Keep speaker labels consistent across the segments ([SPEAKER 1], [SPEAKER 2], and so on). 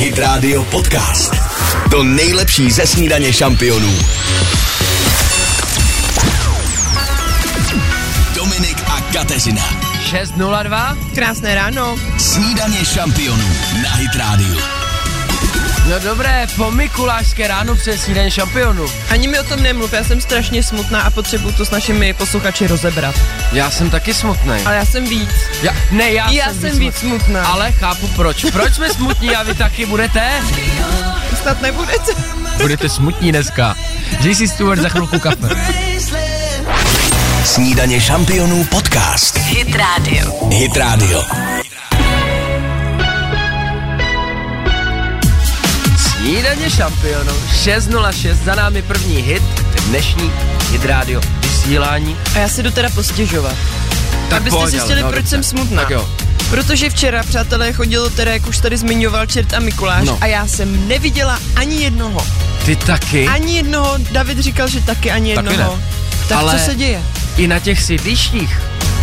[SPEAKER 1] Hit Radio Podcast. To nejlepší ze snídaně šampionů. Dominik a Kateřina.
[SPEAKER 2] 6.02.
[SPEAKER 3] Krásné ráno.
[SPEAKER 1] Snídaně šampionů na Hit Radio.
[SPEAKER 2] No dobré, po Mikulášské ráno přes snídaně šampionů.
[SPEAKER 3] Ani mi o tom nemluv, já jsem strašně smutná a potřebuju to s našimi posluchači rozebrat.
[SPEAKER 2] Já jsem taky smutný.
[SPEAKER 3] Ale já jsem víc.
[SPEAKER 2] Já, ne, já,
[SPEAKER 3] Já
[SPEAKER 2] jsem,
[SPEAKER 3] jsem víc
[SPEAKER 2] smutný.
[SPEAKER 3] smutná.
[SPEAKER 2] Ale chápu proč. Proč jsme smutní a vy taky budete?
[SPEAKER 3] snad nebudete.
[SPEAKER 2] Budete smutní dneska. JC Stewart za chvilku kafe.
[SPEAKER 1] Snídaně šampionů podcast.
[SPEAKER 4] Hit Radio.
[SPEAKER 1] Hit Radio.
[SPEAKER 2] Snídaně šampionů 6.06, za námi první hit, dnešní hit rádio vysílání.
[SPEAKER 3] A já si jdu teda postěžovat.
[SPEAKER 2] Tak
[SPEAKER 3] Abyste
[SPEAKER 2] pojď, ale,
[SPEAKER 3] zjistili,
[SPEAKER 2] no,
[SPEAKER 3] proč
[SPEAKER 2] dobře.
[SPEAKER 3] jsem smutná.
[SPEAKER 2] Tak jo.
[SPEAKER 3] Protože včera, přátelé, chodilo teda, jak už tady zmiňoval Čert a Mikuláš,
[SPEAKER 2] No.
[SPEAKER 3] no. a já jsem neviděla ani jednoho.
[SPEAKER 2] Ty taky.
[SPEAKER 3] Ani jednoho, David říkal, že taky ani
[SPEAKER 2] Taky
[SPEAKER 3] jednoho.
[SPEAKER 2] ne.
[SPEAKER 3] Tak
[SPEAKER 2] Ale-
[SPEAKER 3] co se děje?
[SPEAKER 2] I na těch sídlištích.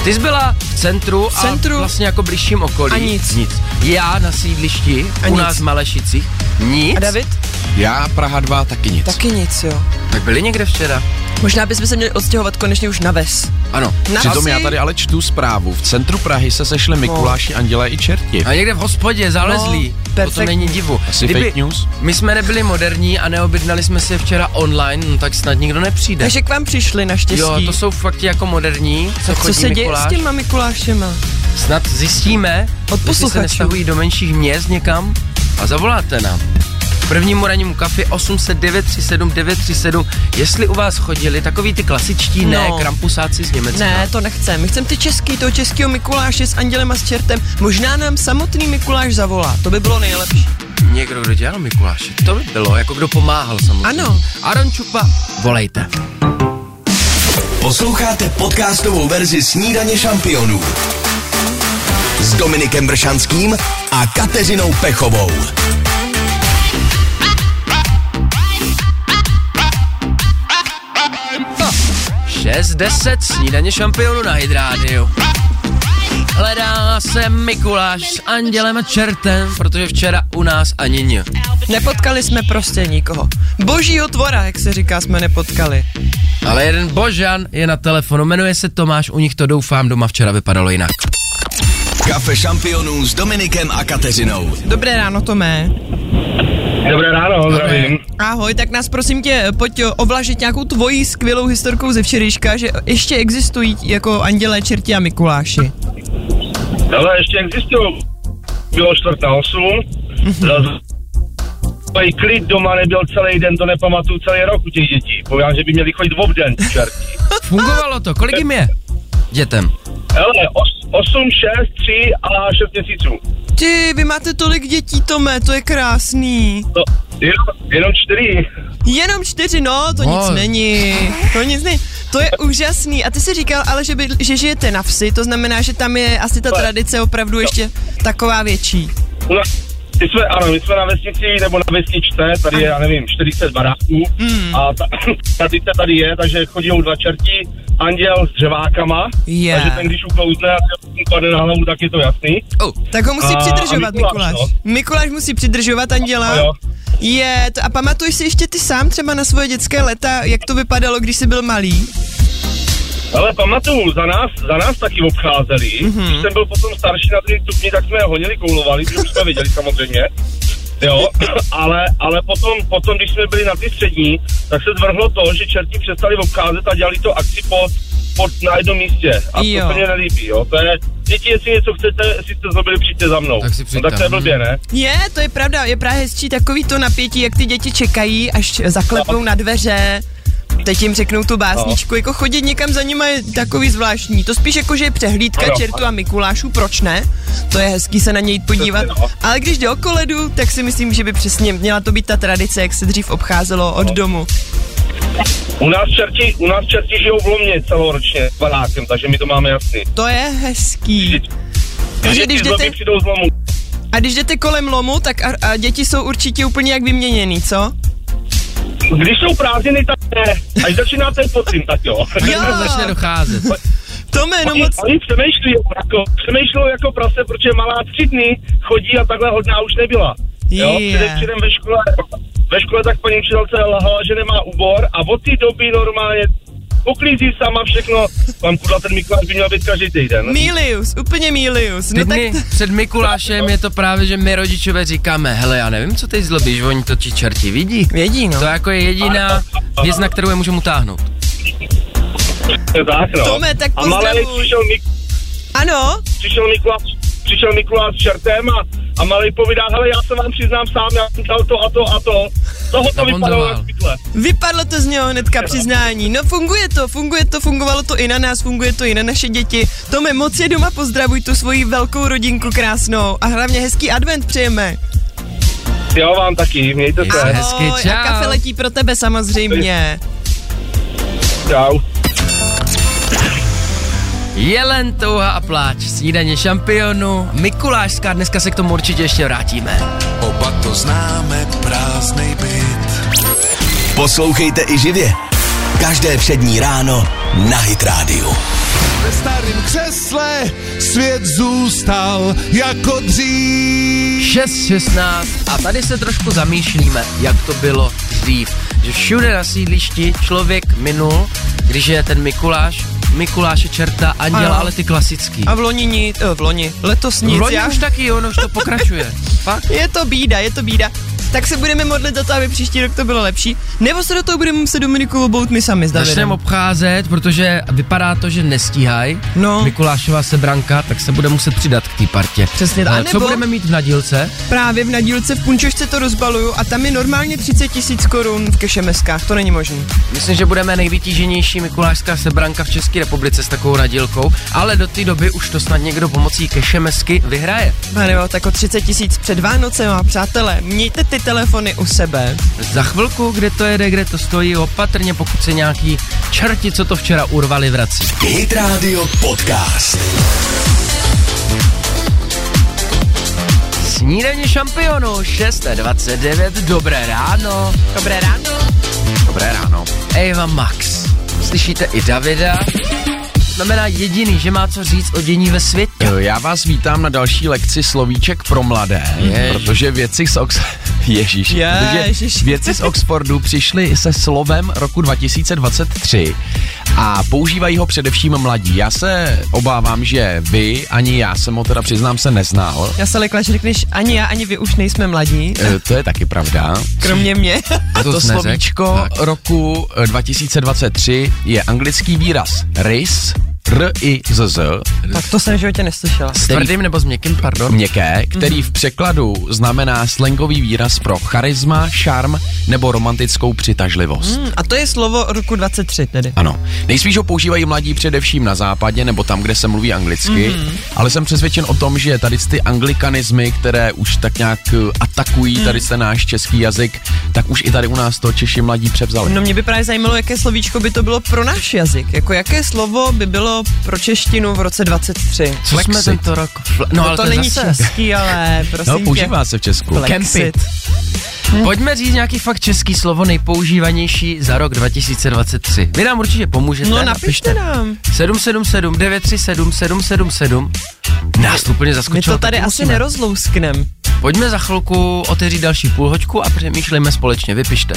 [SPEAKER 2] Ty jsi byla v centru, v
[SPEAKER 3] centru.
[SPEAKER 2] a vlastně jako blížším okolí.
[SPEAKER 3] A nic.
[SPEAKER 2] nic. Já na sídlišti,
[SPEAKER 3] A
[SPEAKER 2] u
[SPEAKER 3] nic.
[SPEAKER 2] nás v Malešicích, nic.
[SPEAKER 3] A David?
[SPEAKER 5] Já, Praha 2, taky nic.
[SPEAKER 3] Taky nic, jo.
[SPEAKER 2] Tak byli někde včera?
[SPEAKER 3] Možná bychom se měli odstěhovat konečně už na ves.
[SPEAKER 5] Ano.
[SPEAKER 3] Na
[SPEAKER 5] Přitom
[SPEAKER 3] asi-
[SPEAKER 5] já tady ale čtu zprávu. V centru Prahy se sešli Mikuláši, Andělé i Čerti.
[SPEAKER 2] A někde v hospodě, zalezlí. No, to
[SPEAKER 3] perfektní.
[SPEAKER 2] není divu.
[SPEAKER 5] Asi fake news?
[SPEAKER 2] my jsme nebyli moderní a neobjednali jsme si je včera online, no tak snad nikdo nepřijde.
[SPEAKER 3] Takže k vám přišli naštěstí.
[SPEAKER 2] Jo, to jsou fakt ti jako moderní, co
[SPEAKER 3] tak co
[SPEAKER 2] chodí
[SPEAKER 3] se děje
[SPEAKER 2] Mikuláš.
[SPEAKER 3] s těma Mikulášema?
[SPEAKER 2] Snad zjistíme, jestli se
[SPEAKER 3] posluchačů.
[SPEAKER 2] nestahují do menších měst někam a zavoláte nám. Prvnímu rannímu kafi 800 937 937, jestli u vás chodili takový ty klasičtí, ne,
[SPEAKER 3] No.
[SPEAKER 2] krampusáci z Německa.
[SPEAKER 3] Ne, to nechcem. My chceme ty český, toho českého Mikuláše s Andělem a s Čertem. Možná nám samotný Mikuláš zavolá, to by bylo nejlepší.
[SPEAKER 2] Někdo, kdo dělal Mikuláše, to by bylo, jako kdo pomáhal samozřejmě.
[SPEAKER 3] Ano.
[SPEAKER 2] Aron Čupa, volejte.
[SPEAKER 1] Posloucháte podcastovou verzi Snídaně šampionů. S Dominikem Bršanským a Kateřinou Pechovou.
[SPEAKER 2] No, 6.10 snídaně šampionu na Hydrádiu. Hledá se Mikuláš s andělem a čertem, protože včera u nás ani ně.
[SPEAKER 3] Nepotkali jsme prostě nikoho. Božího tvora, jak se říká, jsme nepotkali.
[SPEAKER 2] Ale jeden Božan je na telefonu, jmenuje se Tomáš, u nich to doufám, doma včera vypadalo jinak.
[SPEAKER 1] Kafe šampionů s Dominikem a Kateřinou.
[SPEAKER 3] Dobré ráno, Tomé.
[SPEAKER 6] Dobré ráno, zdravím.
[SPEAKER 3] Ahoj, tak nás prosím tě, pojď ovlažit nějakou tvojí skvělou historkou ze včerejška, že ještě existují jako andělé, čerti a Mikuláši.
[SPEAKER 6] Ale ještě existují. Bylo čtvrt na osm. Zas- Takový klid doma nebyl celý den, to nepamatuju celý rok u těch dětí. Povídám, že by měli chodit v den, čerti.
[SPEAKER 2] Fungovalo to, kolik jim je? Dětem.
[SPEAKER 6] Hele, os, 8, 6, 3 a 6 měsíců.
[SPEAKER 3] Ty, vy máte tolik dětí, Tome, to je krásný.
[SPEAKER 6] No, jenom, jenom čtyři.
[SPEAKER 3] Jenom čtyři, no, to
[SPEAKER 2] No.
[SPEAKER 3] nic není. To nic není. To je úžasný. A ty jsi říkal, ale že, by, že žijete na vsi, to znamená, že tam je asi ta tradice opravdu ještě taková větší.
[SPEAKER 6] U nás, my jsme, ano, my jsme na vesnici nebo na vesničce, tady je, já nevím, 40 baráků
[SPEAKER 3] Mm.
[SPEAKER 6] a ta, tradice tady je, takže chodí dva čerti, anděl s dřevákama,
[SPEAKER 3] Je.
[SPEAKER 6] takže ten, když uklouzne a mu padne na hlavu, tak je to jasný.
[SPEAKER 3] Tak ho musí
[SPEAKER 6] A- a
[SPEAKER 3] přidržovat, Mikuláš.
[SPEAKER 6] Mikuláš,
[SPEAKER 3] Mikuláš, musí přidržovat
[SPEAKER 6] A jo.
[SPEAKER 3] anděla. Je, to, a pamatuješ si ještě ty sám třeba na svoje dětské leta, jak to vypadalo, když jsi byl malý?
[SPEAKER 6] Ale pamatuju, za nás, za nás taky obcházeli. Mm-hmm. Když jsem byl potom starší na druhém stupni, tak jsme je honili, koulovali, protože už jsme viděli samozřejmě. Jo, ale, ale potom, potom, když jsme byli na ty střední, tak se zvrhlo to, že čerti přestali obcházet a dělali to akci pod, pod na jednom místě. A
[SPEAKER 3] Jo.
[SPEAKER 6] to se mě nelíbí, jo. To je, děti, jestli něco chcete, jestli jste zlobili, přijďte za mnou.
[SPEAKER 2] Tak si
[SPEAKER 6] no, tak to je
[SPEAKER 2] přijďte.
[SPEAKER 6] blbě, ne?
[SPEAKER 3] Je, to je pravda, je právě hezčí takový to napětí, jak ty děti čekají, až zaklepnou
[SPEAKER 6] No.
[SPEAKER 3] na dveře, teď jim řeknou tu básničku, jako chodit někam za nima je takový zvláštní. To spíš jako, že je přehlídka
[SPEAKER 6] Ano.
[SPEAKER 3] Čertu a Mikulášů, proč ne? To je hezký se na něj jít podívat.
[SPEAKER 6] Přesně, no.
[SPEAKER 3] Ale když jde o koledu, tak si myslím, že by přesně měla to být ta tradice, jak se dřív obcházelo
[SPEAKER 6] No.
[SPEAKER 3] od domu.
[SPEAKER 6] U nás čerti, u nás čerti žijou v Lomě celoročně s barákem, takže my to máme jasný.
[SPEAKER 3] To je hezký. Takže když
[SPEAKER 6] Děti zlobí
[SPEAKER 3] jdete,
[SPEAKER 6] přijdou z lomu.
[SPEAKER 3] a když jdete kolem lomu, tak a, a děti jsou určitě úplně jak vyměněný, co?
[SPEAKER 6] Když jsou prázdniny, tak ne. Až začíná ten podzim, tak jo.
[SPEAKER 3] Jo.
[SPEAKER 2] Tam začne docházet.
[SPEAKER 3] Tome, no
[SPEAKER 6] Oni,
[SPEAKER 3] moc
[SPEAKER 6] oni přemýšlí jako, přemýšlou jako prase, protože malá tři dny chodí a takhle hodná už nebyla. Jo,
[SPEAKER 3] Je.
[SPEAKER 6] předevčírem ve škole, ve škole tak paní učitelce lhala, že nemá úbor a od té doby normálně uklízí sama všechno. Vám kudla ten Mikuláš by měl být každý týden.
[SPEAKER 3] Milius, úplně Milius. No
[SPEAKER 2] Teď
[SPEAKER 3] tak,
[SPEAKER 2] my před Mikulášem je to právě, že my rodičové říkáme, hele, já nevím, co teď zlobíš, oni to ti čerti vidí.
[SPEAKER 3] vědí, no.
[SPEAKER 2] To jako je jediná věc, na kterou je můžu utáhnout.
[SPEAKER 6] Je tak, no.
[SPEAKER 3] Tome, tak
[SPEAKER 6] a malý
[SPEAKER 3] pozdravuj.
[SPEAKER 6] přišel, Mik-
[SPEAKER 3] Ano,
[SPEAKER 6] přišel Mikuláš, přišel Mikuláš s čertem a, a malý povídá, hele, já se vám přiznám sám, já jsem dal to a to a to. Toho to vypadalo
[SPEAKER 2] Zabonzoval.
[SPEAKER 6] na špitle.
[SPEAKER 3] Vypadlo to z něho hnedka přiznání. No funguje to, funguje to, fungovalo to i na nás, funguje to i na naše děti. Tome, moc je doma, pozdravuj tu svoji velkou rodinku krásnou a hlavně hezký advent přejeme.
[SPEAKER 6] Já vám taky, mějte
[SPEAKER 2] Ahoj.
[SPEAKER 6] se.
[SPEAKER 2] Hezky,
[SPEAKER 3] Ahoj,
[SPEAKER 2] čau.
[SPEAKER 3] A kafe letí pro tebe samozřejmě.
[SPEAKER 6] Čau.
[SPEAKER 2] Jelen, touha a pláč, snídaně šampionu, Mikulášská, dneska se k tomu určitě ještě vrátíme.
[SPEAKER 1] Oba to známe, prázdnej byt. Poslouchejte i živě. Každé přední ráno na Hit Radio.
[SPEAKER 4] Ve starém křesle svět zůstal jako dřív.
[SPEAKER 2] 6.16 a tady se trošku zamýšlíme, jak to bylo dřív. Že všude na sídlišti člověk minul, když je ten Mikuláš, Mikuláše čerta, anděla,
[SPEAKER 3] Ano.
[SPEAKER 2] ale ty klasický.
[SPEAKER 3] A v loni nic, eh, v loni, letos nic.
[SPEAKER 2] v loni
[SPEAKER 3] já-
[SPEAKER 2] už taky, ono už to pokračuje. Fakt?
[SPEAKER 3] Je to bída, je to bída. Tak se budeme modlit za to, aby příští rok to bylo lepší. Nebo se do toho budeme muset Dominiku obout my sami s Davidem.
[SPEAKER 2] Začneme obcházet, protože vypadá to, že nestíhají.
[SPEAKER 3] No.
[SPEAKER 2] Mikulášová sebranka, tak se bude muset přidat k té partě.
[SPEAKER 3] Přesně tak.
[SPEAKER 2] A
[SPEAKER 3] A
[SPEAKER 2] Co
[SPEAKER 3] nebo-
[SPEAKER 2] budeme mít v nadílce?
[SPEAKER 3] Právě v nadílce v Punčošce to rozbaluju a tam je normálně 30 tisíc korun v kešemeskách, to není možné.
[SPEAKER 2] Myslím, že budeme nejvytíženější mikulášská sebranka v České republice s takovou nadílkou, ale do té doby už to snad někdo pomocí kešemesky vyhraje.
[SPEAKER 3] A No, nebo tak o 30 tisíc před Vánocem a přátelé, mějte ty telefony u sebe.
[SPEAKER 2] Za chvilku, kde to jede, kde to stojí, opatrně pokud se nějaký čerti, co to včera urvali, vrací.
[SPEAKER 1] Hit Radio Podcast.
[SPEAKER 2] Snídaně šampionu, 6.29, dobré ráno.
[SPEAKER 3] Dobré ráno.
[SPEAKER 5] Dobré ráno.
[SPEAKER 2] Eva Max. Slyšíte i Davida? Znamená jediný, že má co říct o dění ve světě.
[SPEAKER 5] Jo, Já vás vítám na další lekci slovíček pro mladé,
[SPEAKER 2] Ježiš.
[SPEAKER 5] protože věci z Ox... Ježíš.
[SPEAKER 3] Ježiš.
[SPEAKER 5] Protože věci z Oxfordu přišly se slovem roku 2023 a používají ho především mladí. Já se obávám, že vy, ani já jsem ho teda přiznám se neznal.
[SPEAKER 3] Já se lekla, že řekneš, ani já, ani vy už nejsme mladí,
[SPEAKER 5] E, To je taky pravda.
[SPEAKER 3] kromě mě.
[SPEAKER 5] A to
[SPEAKER 2] jsi neřekl?
[SPEAKER 5] slovíčko
[SPEAKER 2] Tak.
[SPEAKER 5] roku eh, 2023 je anglický výraz RIS, r i z z
[SPEAKER 3] tak to jsem v životě neslyšela.
[SPEAKER 2] S tvrdým nebo s měkkým, pardon?
[SPEAKER 5] měkké, který v překladu znamená slangový výraz pro charisma, šarm nebo romantickou přitažlivost.
[SPEAKER 3] Hmm, A to je slovo roku 23 tedy.
[SPEAKER 5] Ano. Nejspíš ho používají mladí především na západě nebo tam, kde se mluví anglicky, ale jsem přesvědčen o tom, že tady ty anglikanismy, které už tak nějak eh, atakují tady ten náš český jazyk, tak už i tady u nás to Češi mladí převzali.
[SPEAKER 3] No mě by právě zajímalo, jaké slovíčko by to bylo pro náš jazyk. Jako jaké slovo by bylo pro češtinu v roce 23.
[SPEAKER 2] Co jsme
[SPEAKER 5] Flexit.
[SPEAKER 2] tento rok? Fle- no, ale
[SPEAKER 3] to,
[SPEAKER 2] to, je
[SPEAKER 3] není
[SPEAKER 2] zase...
[SPEAKER 3] český, ale prosím
[SPEAKER 5] No,
[SPEAKER 3] tě.
[SPEAKER 5] používá se v Česku.
[SPEAKER 3] Flexit.
[SPEAKER 2] Pojďme říct nějaký fakt český slovo nejpoužívanější za rok 2023. Vy nám určitě pomůžete.
[SPEAKER 3] No napište nám.
[SPEAKER 2] 777 937 777. Nás to úplně
[SPEAKER 3] My
[SPEAKER 2] zaskočilo.
[SPEAKER 3] to tady
[SPEAKER 2] taky
[SPEAKER 3] asi
[SPEAKER 2] musíme.
[SPEAKER 3] nerozlousknem.
[SPEAKER 2] Pojďme za chvilku otevřít další půlhoďku a přemýšlejme společně. Vypište.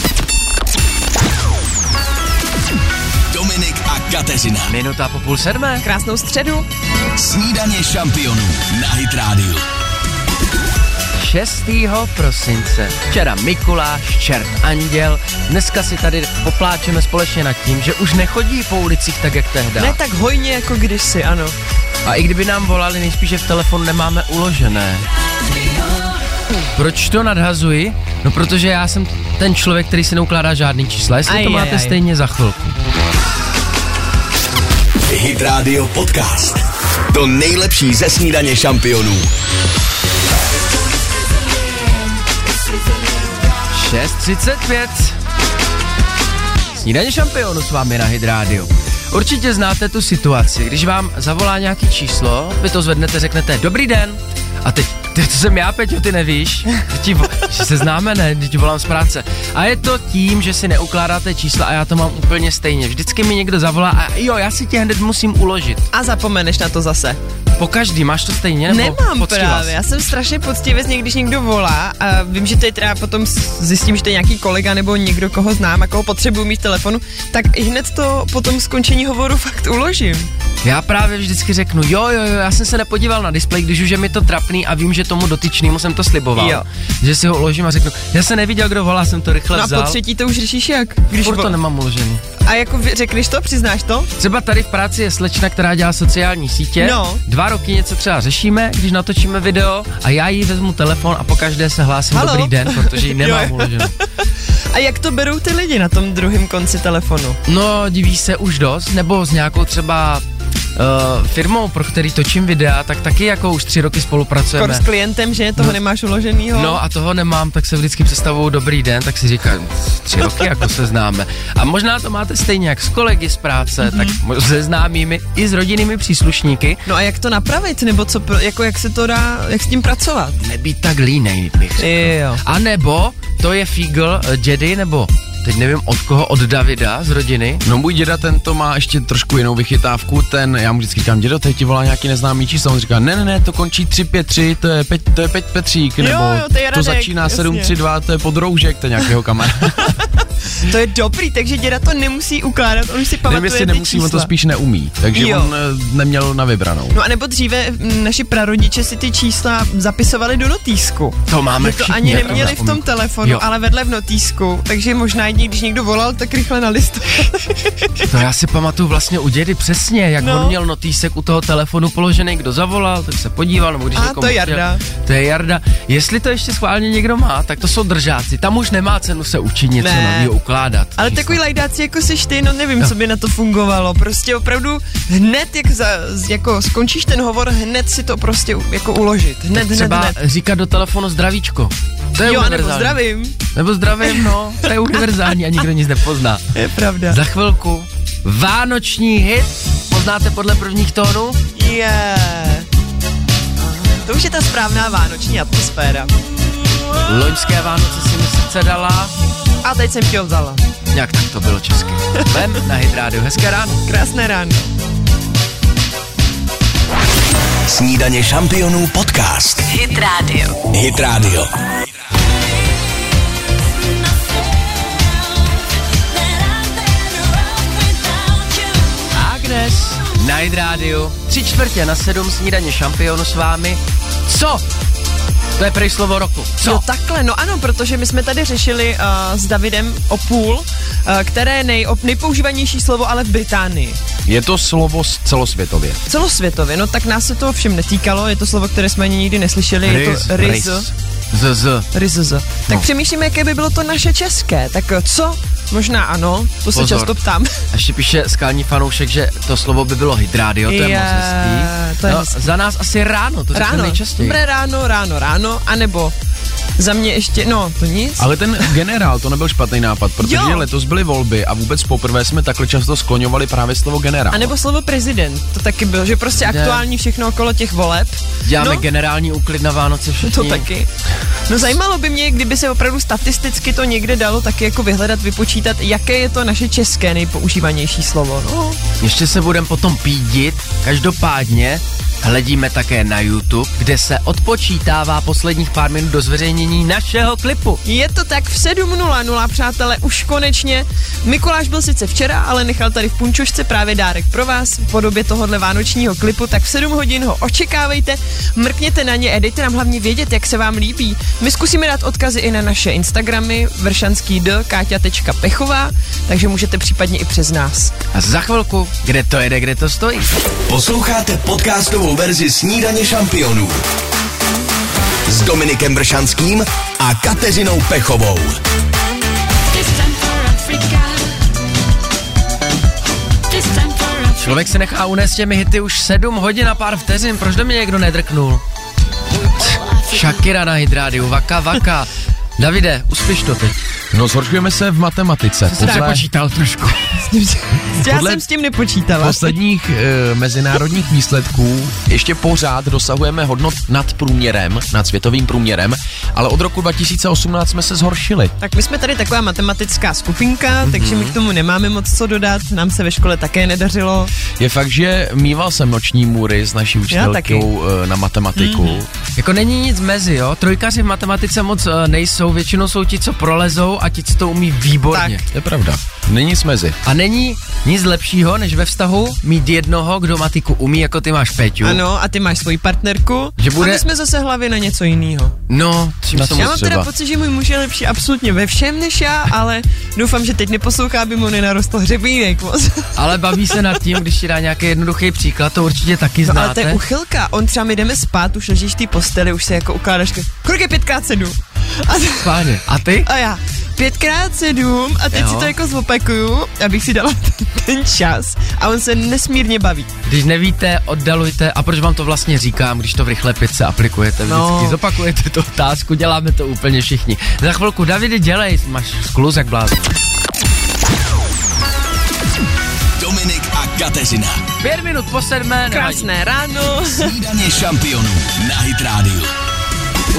[SPEAKER 1] Dominik a Kateřina.
[SPEAKER 2] Minuta po půl sedmé.
[SPEAKER 3] Krásnou středu.
[SPEAKER 1] Snídaně šampionů na Hit Radio.
[SPEAKER 2] 6. prosince. Včera Mikuláš, čert anděl. Dneska si tady popláčeme společně nad tím, že už nechodí po ulicích tak, jak tehdy.
[SPEAKER 3] Ne tak hojně jako kdysi, ano.
[SPEAKER 2] A i kdyby nám volali, nejspíš, že v telefon nemáme uložené. Proč to nadhazuji? No protože já jsem ten člověk, který si neukládá žádný čísla. Jestli
[SPEAKER 3] Aj,
[SPEAKER 2] to
[SPEAKER 3] aj,
[SPEAKER 2] máte
[SPEAKER 3] aj.
[SPEAKER 2] stejně za chvilku.
[SPEAKER 1] Hit Radio Podcast. To nejlepší ze snídaně šampionů.
[SPEAKER 2] 6.35 Snídaně šampionu s vámi na Hydrádiu. Určitě znáte tu situaci, když vám zavolá nějaký číslo, vy to zvednete, řeknete dobrý den a teď Ty, to jsem já, Peťo, ty nevíš? Ty ti, vo- že se známe, ne? Když ti volám z práce. A je to tím, že si neukládáte čísla a já to mám úplně stejně. Vždycky mi někdo zavolá a jo, já si tě hned musím uložit.
[SPEAKER 3] A zapomeneš na to zase.
[SPEAKER 2] Po každý, máš to stejně? Nebo
[SPEAKER 3] Nemám
[SPEAKER 2] poctivá
[SPEAKER 3] právě,
[SPEAKER 2] jsi?
[SPEAKER 3] já jsem strašně poctivec, někdy, když někdo volá a vím, že teď teda potom s- zjistím, že to je nějaký kolega nebo někdo, koho znám a koho potřebuju mít v telefonu, tak i hned to po tom skončení hovoru fakt uložím.
[SPEAKER 2] Já právě vždycky řeknu, jo, jo, jo, já jsem se nepodíval na displej, když už je mi to trapný a vím, že tomu dotyčnému jsem to sliboval.
[SPEAKER 3] Jo.
[SPEAKER 2] Že si ho uložím a řeknu, já jsem neviděl, kdo volá, jsem to rychle
[SPEAKER 3] No a
[SPEAKER 2] vzal.
[SPEAKER 3] po třetí to už řešíš jak? Když
[SPEAKER 2] Furt
[SPEAKER 3] vo-
[SPEAKER 2] to nemám uložený.
[SPEAKER 3] a jako vy- řekneš to, přiznáš to?
[SPEAKER 2] Třeba tady v práci je slečna, která dělá sociální sítě.
[SPEAKER 3] No.
[SPEAKER 2] Dva roky něco třeba řešíme, když natočíme video a já jí vezmu telefon a po každé se hlásím
[SPEAKER 3] Halo.
[SPEAKER 2] dobrý den, protože ji nemám
[SPEAKER 3] Jo.
[SPEAKER 2] uloženou.
[SPEAKER 3] A jak to berou ty lidi na tom druhém konci telefonu?
[SPEAKER 2] No, diví se už dost, nebo s nějakou třeba uh, firmou, pro který točím videa, tak taky jako už tři roky
[SPEAKER 3] Kor
[SPEAKER 2] spolupracujeme.
[SPEAKER 3] s klientem, že toho
[SPEAKER 2] No.
[SPEAKER 3] nemáš uloženýho?
[SPEAKER 2] No a toho nemám, tak se vždycky představuju dobrý den, tak si říkám, tři roky jako se známe. A možná to máte stejně jak s kolegy z práce,
[SPEAKER 3] Mhm.
[SPEAKER 2] mm-hmm. tak mo- se známými i s rodinnými příslušníky.
[SPEAKER 3] No a jak to napravit, nebo co, pro, jako jak se to dá, jak s tím pracovat?
[SPEAKER 2] Nebýt tak línej, bych řekl.
[SPEAKER 3] Jo.
[SPEAKER 2] A nebo to je Fígl, eh, Jedi, nebo teď nevím od koho, od Davida z rodiny.
[SPEAKER 5] No můj děda ten to má ještě trošku jinou vychytávku, ten, já mu vždycky říkám, dědo, teď ti volá nějaký neznámý číslo, on říká, ne, ne, ne, to končí 353, to je, Pe- to je Peť Petřík, nebo
[SPEAKER 3] jo, to je
[SPEAKER 5] to
[SPEAKER 3] Radek,
[SPEAKER 5] začíná
[SPEAKER 3] jasně.
[SPEAKER 5] 732, to je podroužek, to je nějakého kamaráda.
[SPEAKER 3] To je dobrý, takže děda to nemusí ukládat, on už si pamatuje
[SPEAKER 5] Nevím, jestli
[SPEAKER 3] ty
[SPEAKER 5] nemusí, on to
[SPEAKER 3] čísla.
[SPEAKER 5] spíš neumí, takže
[SPEAKER 3] Jo.
[SPEAKER 5] jo. on eh, neměl na vybranou.
[SPEAKER 3] No a nebo dříve m, naši prarodiče si ty čísla zapisovali do notýsku.
[SPEAKER 2] To máme
[SPEAKER 3] To ani neměli v tom telefonu,
[SPEAKER 2] Jo.
[SPEAKER 3] ale vedle v notýsku, takže možná jedni, když někdo volal, tak rychle na list.
[SPEAKER 2] To No já si pamatuju vlastně u dědy přesně, jak
[SPEAKER 3] No.
[SPEAKER 2] on měl notýsek u toho telefonu položený, kdo zavolal, tak se podíval, nebo když
[SPEAKER 3] A,
[SPEAKER 2] někomu
[SPEAKER 3] to je Jarda.
[SPEAKER 2] chtěl- To je Jarda. Jestli to ještě schválně někdo má, tak to jsou držáci. Tam už nemá cenu se učit něco
[SPEAKER 3] Ne.
[SPEAKER 2] nového ukládat.
[SPEAKER 3] Ale
[SPEAKER 2] Čísla.
[SPEAKER 3] takový lajdáci jako seš ty, no nevím, co by na to fungovalo. Prostě opravdu hned, jak za, z- jako skončíš ten hovor, hned si to prostě u- jako uložit. Hned,
[SPEAKER 2] tak
[SPEAKER 3] hned,
[SPEAKER 2] třeba
[SPEAKER 3] hned.
[SPEAKER 2] říkat do telefonu zdravíčko. To je
[SPEAKER 3] Jo, a nebo
[SPEAKER 2] univerzální.
[SPEAKER 3] zdravím,
[SPEAKER 2] Nebo zdravím, no. To je univerzální a nikdo nic nepozná.
[SPEAKER 3] je pravda.
[SPEAKER 2] Za chvilku vánoční hit. Poznáte podle prvních tónů?
[SPEAKER 3] Yeah. To už je ta správná vánoční atmosféra.
[SPEAKER 2] Loňské Vánoce si mi srdce dala.
[SPEAKER 3] A teď jsem ti ho vzala.
[SPEAKER 2] Nějak tak to bylo česky. Vem na Hydrádiu. Hezké ráno.
[SPEAKER 3] Krásné ráno.
[SPEAKER 1] Snídaně šampionů podcast.
[SPEAKER 7] Hit Radio.
[SPEAKER 1] Hit Radio.
[SPEAKER 2] Agnes na Hydrádiu. Tři čtvrtě na sedm snídaně šampionu s vámi. Co? To je prej slovo roku. Co?
[SPEAKER 3] Jo, takhle, no ano, protože my jsme tady řešili uh, s Davidem o půl, uh, které je nej, op, nejpoužívanější slovo, ale v Británii.
[SPEAKER 5] Je to slovo s- celosvětově.
[SPEAKER 3] Celosvětově, no tak nás se to všem netýkalo, je to slovo, které jsme ani nikdy neslyšeli, je to
[SPEAKER 5] Rys.
[SPEAKER 3] ryz.
[SPEAKER 2] Z, z.
[SPEAKER 3] Ryz. Tak
[SPEAKER 5] No.
[SPEAKER 3] přemýšlím, jaké by bylo to naše české. Tak eh, co? Možná ano, to se
[SPEAKER 2] Pozor.
[SPEAKER 3] často ptám.
[SPEAKER 2] A Ještě píše skalní fanoušek, že to slovo by bylo hydrádio, to je,
[SPEAKER 3] Je,
[SPEAKER 2] moc hezký.
[SPEAKER 3] to je
[SPEAKER 2] no,
[SPEAKER 3] hezký.
[SPEAKER 2] Za nás asi ráno, to řekne
[SPEAKER 3] Ráno,
[SPEAKER 2] nejčastěji.
[SPEAKER 3] dobré ráno, ráno, ráno, anebo za mě ještě, no to nic.
[SPEAKER 5] Ale ten generál, to nebyl špatný nápad, protože
[SPEAKER 3] Jo.
[SPEAKER 5] letos byly volby a vůbec poprvé jsme takhle často skloňovali právě slovo generál.
[SPEAKER 3] A nebo slovo prezident, to taky bylo, že prostě aktuální všechno okolo těch voleb.
[SPEAKER 2] Děláme
[SPEAKER 3] no,
[SPEAKER 2] generální úklid na Vánoce všichni.
[SPEAKER 3] to taky. No zajímalo by mě, kdyby se opravdu statisticky to někde dalo taky jako vyhledat, vypočítat, jaké je to naše české nejpoužívanější slovo. No,
[SPEAKER 2] Ještě se budeme potom pídit. Každopádně hledíme také na YouTube, kde se odpočítává posledních pár minut do zveřejnění našeho klipu.
[SPEAKER 3] je to tak v 7.00, přátelé, už konečně. Mikuláš byl sice včera, ale nechal tady v punčošce právě dárek pro vás v podobě tohohle vánočního klipu, tak v 7 hodin ho očekávejte, mrkněte na ně a dejte nám hlavně vědět, jak se vám líbí. My zkusíme dát odkazy i na naše Instagramy, vršanský d, káťa.pechová, takže můžete případně i přes nás.
[SPEAKER 2] A za chvilku, kde to jede, kde to stojí.
[SPEAKER 1] Posloucháte podcastovou verzi Snídaně šampionů s Dominikem Bršanským a Kateřinou Pechovou.
[SPEAKER 2] Člověk se nechá unést těmi hity už 7 hodin a pár vteřin. Proč do mě někdo nedrknul? Shakira na Hydrádiu, vaka vaka. Davide, uspěš to teď.
[SPEAKER 5] No zhoršujeme se v matematice. Podle
[SPEAKER 2] Počítal trošku.
[SPEAKER 3] Já
[SPEAKER 5] Podle-
[SPEAKER 3] jsem s tím nepočítala.
[SPEAKER 5] posledních e, mezinárodních výsledků ještě pořád dosahujeme hodnot nad průměrem, nad světovým průměrem, ale od roku 2018 jsme se zhoršili.
[SPEAKER 3] Tak my jsme tady taková matematická skupinka, mm-hmm. takže my k tomu nemáme moc co dodat. Nám se ve škole také nedařilo.
[SPEAKER 5] Je fakt, že mýval jsem noční můry s naší učitelkou e, na matematiku. Mm.
[SPEAKER 2] Jako není nic mezi, jo? Trojkaři v matematice moc eh, nejsou, většinou jsou ti, co prolezou a ti, co to umí výborně. Tak.
[SPEAKER 5] To je pravda. Není nic mezi.
[SPEAKER 2] A není nic lepšího, než ve vztahu mít jednoho, kdo matiku umí, jako ty máš Peťu.
[SPEAKER 3] Ano, a ty máš svoji partnerku.
[SPEAKER 2] Že bude-
[SPEAKER 3] A my jsme zase hlavy na něco jiného.
[SPEAKER 2] No, čím
[SPEAKER 5] Na
[SPEAKER 2] jsem...
[SPEAKER 5] tom-
[SPEAKER 3] Já mám
[SPEAKER 5] třeba.
[SPEAKER 3] teda pocit, že můj muž je lepší absolutně ve všem než já, ale doufám, že teď neposlouchá, aby mu nenarostl hřebínek moc.
[SPEAKER 2] Ale baví se nad tím, když ti dá nějaký jednoduchý příklad, to určitě taky
[SPEAKER 3] No,
[SPEAKER 2] znáte.
[SPEAKER 3] ale to je uchylka. On třeba my jdeme spát, už ležíš v té posteli, už se jako ukládáš, ke- kolik je pětkrát sedm? A,
[SPEAKER 2] Páně. A ty?
[SPEAKER 3] a já, pětkrát sedm a teď
[SPEAKER 2] Jo.
[SPEAKER 3] jo. si to jako zopakuju, abych si dala ten, ten čas a on se nesmírně baví.
[SPEAKER 2] Když nevíte, oddalujte. A proč vám to vlastně říkám, když to v rychle pětce aplikujete vždycky? No.
[SPEAKER 3] No.
[SPEAKER 2] Zopakujete tu otázku, děláme to úplně všichni. Za chvilku, Davide, dělej, máš skluz jak blázen.
[SPEAKER 1] Dominik a Kateřina.
[SPEAKER 2] Pět minut po sedmé, nevadí.
[SPEAKER 3] Krásné ráno.
[SPEAKER 1] Daně šampionů na Hit Radio.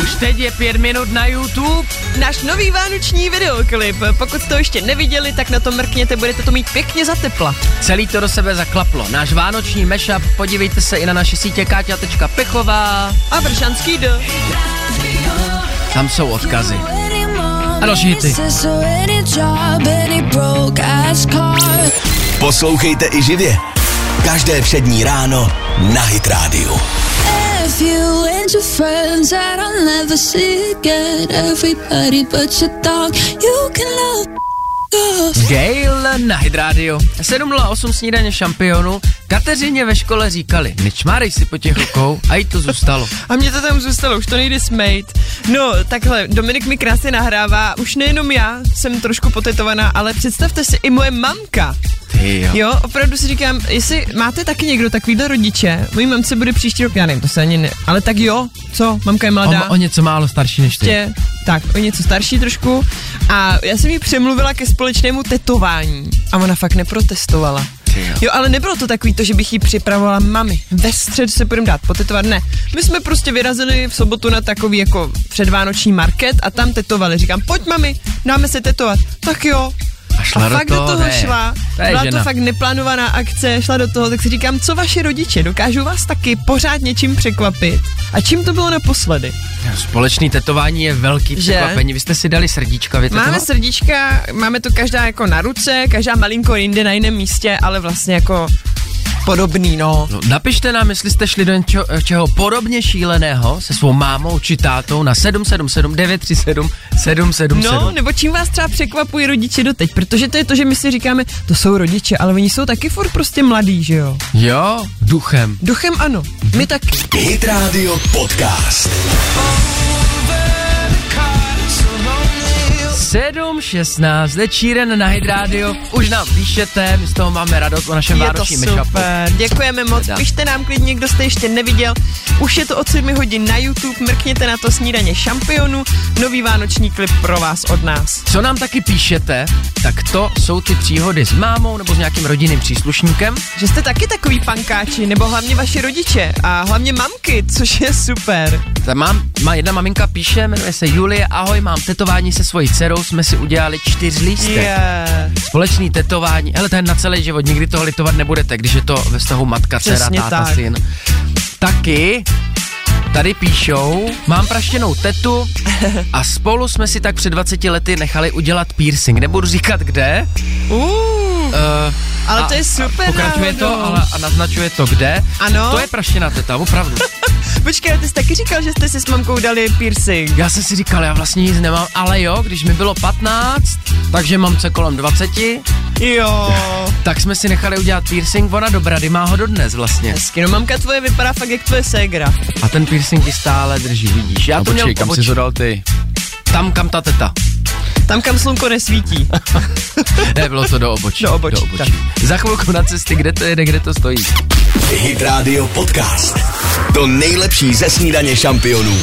[SPEAKER 2] Už teď je pět minut na YouTube.
[SPEAKER 3] Náš nový vánoční videoklip. Pokud to ještě neviděli, tak na to mrkněte, budete to mít pěkně za tepla.
[SPEAKER 2] Celý to do sebe zaklaplo. Náš vánoční mashup, podívejte se i na naše sítě Káťa.pechová.
[SPEAKER 3] A vršanský do.
[SPEAKER 2] Tam jsou odkazy.
[SPEAKER 7] A další hity.
[SPEAKER 1] Poslouchejte i živě. Každé přední ráno na Hit Radio.
[SPEAKER 2] Gale na Hydrádiu. 7.08 snídaně šampionu. Kateřině ve škole říkali, nečmárej si po těch rukou a jí to zůstalo.
[SPEAKER 3] A mě to tam zůstalo, už to nejde smejt. No, takhle, Dominik mi krásně nahrává, už nejenom já jsem trošku potetovaná, ale představte si i moje mamka.
[SPEAKER 2] Ty jo.
[SPEAKER 3] Jo, opravdu si říkám, jestli máte taky někdo takovýhle rodiče, můj mamce bude příští rok, já nevím, to se ani ne, ale tak jo, co, mamka je mladá.
[SPEAKER 2] O, o něco málo starší než ty.
[SPEAKER 3] Tě, tak, o něco starší trošku. A já jsem ji přemluvila ke společnému tetování. A ona fakt neprotestovala. Jo, ale nebylo to takový to, že bych jí připravovala mami. Ve středu se půjdeme dát potetovat. Ne. My jsme prostě vyrazili v sobotu na takový jako předvánoční market a tam tetovali. Říkám, pojď mami, dáme se tetovat. Tak jo.
[SPEAKER 2] A šla
[SPEAKER 3] a
[SPEAKER 2] do
[SPEAKER 3] fakt
[SPEAKER 2] toho,
[SPEAKER 3] do toho
[SPEAKER 2] ne.
[SPEAKER 3] šla.
[SPEAKER 2] To je
[SPEAKER 3] Byla
[SPEAKER 2] žena.
[SPEAKER 3] to fakt neplánovaná akce, šla do toho, tak si říkám, co vaše rodiče, dokážou vás taky pořád něčím překvapit. A čím to bylo naposledy?
[SPEAKER 2] Společný tetování je velký
[SPEAKER 3] Že?
[SPEAKER 2] překvapení. Vy jste si dali srdíčka vytetovat?
[SPEAKER 3] Máme srdíčka, máme to každá jako na ruce, každá malinko jinde na jiném místě, ale vlastně jako podobný, no.
[SPEAKER 2] No, napište nám, jestli jste šli do něčeho čeho podobně šíleného se svou mámou či tátou na 777 937 777.
[SPEAKER 3] No, nebo čím vás třeba překvapují rodiče doteď, protože to je to, že my si říkáme, to jsou rodiče, ale oni jsou taky furt prostě mladí, že jo?
[SPEAKER 2] Jo, duchem.
[SPEAKER 3] Duchem ano, my taky.
[SPEAKER 1] Hit Radio Podcast.
[SPEAKER 2] 7.16, zde Číren na Hydrádio, už nám píšete, my z toho máme radost o našem
[SPEAKER 3] Je to
[SPEAKER 2] vánočním mashupu.
[SPEAKER 3] super, děkujeme moc,
[SPEAKER 2] Teda.
[SPEAKER 3] pište nám klidně, kdo jste ještě neviděl, už je to od 7 hodin na YouTube, mrkněte na to snídaně šampionů, nový vánoční klip pro vás od nás.
[SPEAKER 2] Co nám taky píšete, tak to jsou ty příhody s mámou nebo s nějakým rodinným příslušníkem.
[SPEAKER 3] Že jste taky takový pankáči, nebo hlavně vaši rodiče a hlavně mamky, což je super.
[SPEAKER 2] Tam mám, má jedna maminka píše, jmenuje se Julie, ahoj, mám tetování se svojí dcerou, jsme si udělali čtyř lístek.
[SPEAKER 3] Yeah.
[SPEAKER 2] Společný tetování, hele, to je na celý život, nikdy toho litovat nebudete, když je to ve vztahu matka, dcera,
[SPEAKER 3] Přesně
[SPEAKER 2] táta,
[SPEAKER 3] tak.
[SPEAKER 2] syn. Taky tady píšou, mám praštěnou tetu a spolu jsme si tak před 20 lety nechali udělat piercing. Nebudu říkat kde,
[SPEAKER 3] Uh,
[SPEAKER 2] eh,
[SPEAKER 3] ale
[SPEAKER 2] a-
[SPEAKER 3] to je super
[SPEAKER 2] a Pokračuje
[SPEAKER 3] náhodou.
[SPEAKER 2] to ale, a naznačuje to kde.
[SPEAKER 3] Ano.
[SPEAKER 2] To je praštěná teta, opravdu.
[SPEAKER 3] Počkej, ale ty jsi taky říkal, že jste si s mamkou dali piercing.
[SPEAKER 2] Já jsem si říkal, já vlastně nic nemám, ale jo, když mi bylo 15, takže mám se kolem 20,
[SPEAKER 3] Jo.
[SPEAKER 2] tak jsme si nechali udělat piercing, ona do brady má ho dodnes vlastně.
[SPEAKER 3] Hezky, no mamka tvoje vypadá fakt jak tvoje ségra.
[SPEAKER 2] A ten piercing ti stále drží, vidíš. Já
[SPEAKER 5] No
[SPEAKER 2] to
[SPEAKER 5] počkej,
[SPEAKER 2] měl
[SPEAKER 5] kam
[SPEAKER 2] obočí.
[SPEAKER 5] jsi to dal ty?
[SPEAKER 2] Tam, kam ta teta.
[SPEAKER 3] Tam, kam slunko nesvítí.
[SPEAKER 2] Ne, bylo to do obočí.
[SPEAKER 3] Do obočí,
[SPEAKER 2] Za chvilku na cesty, kde to jede, kde to stojí.
[SPEAKER 1] Hit Radio Podcast. To nejlepší ze snídaně šampionů.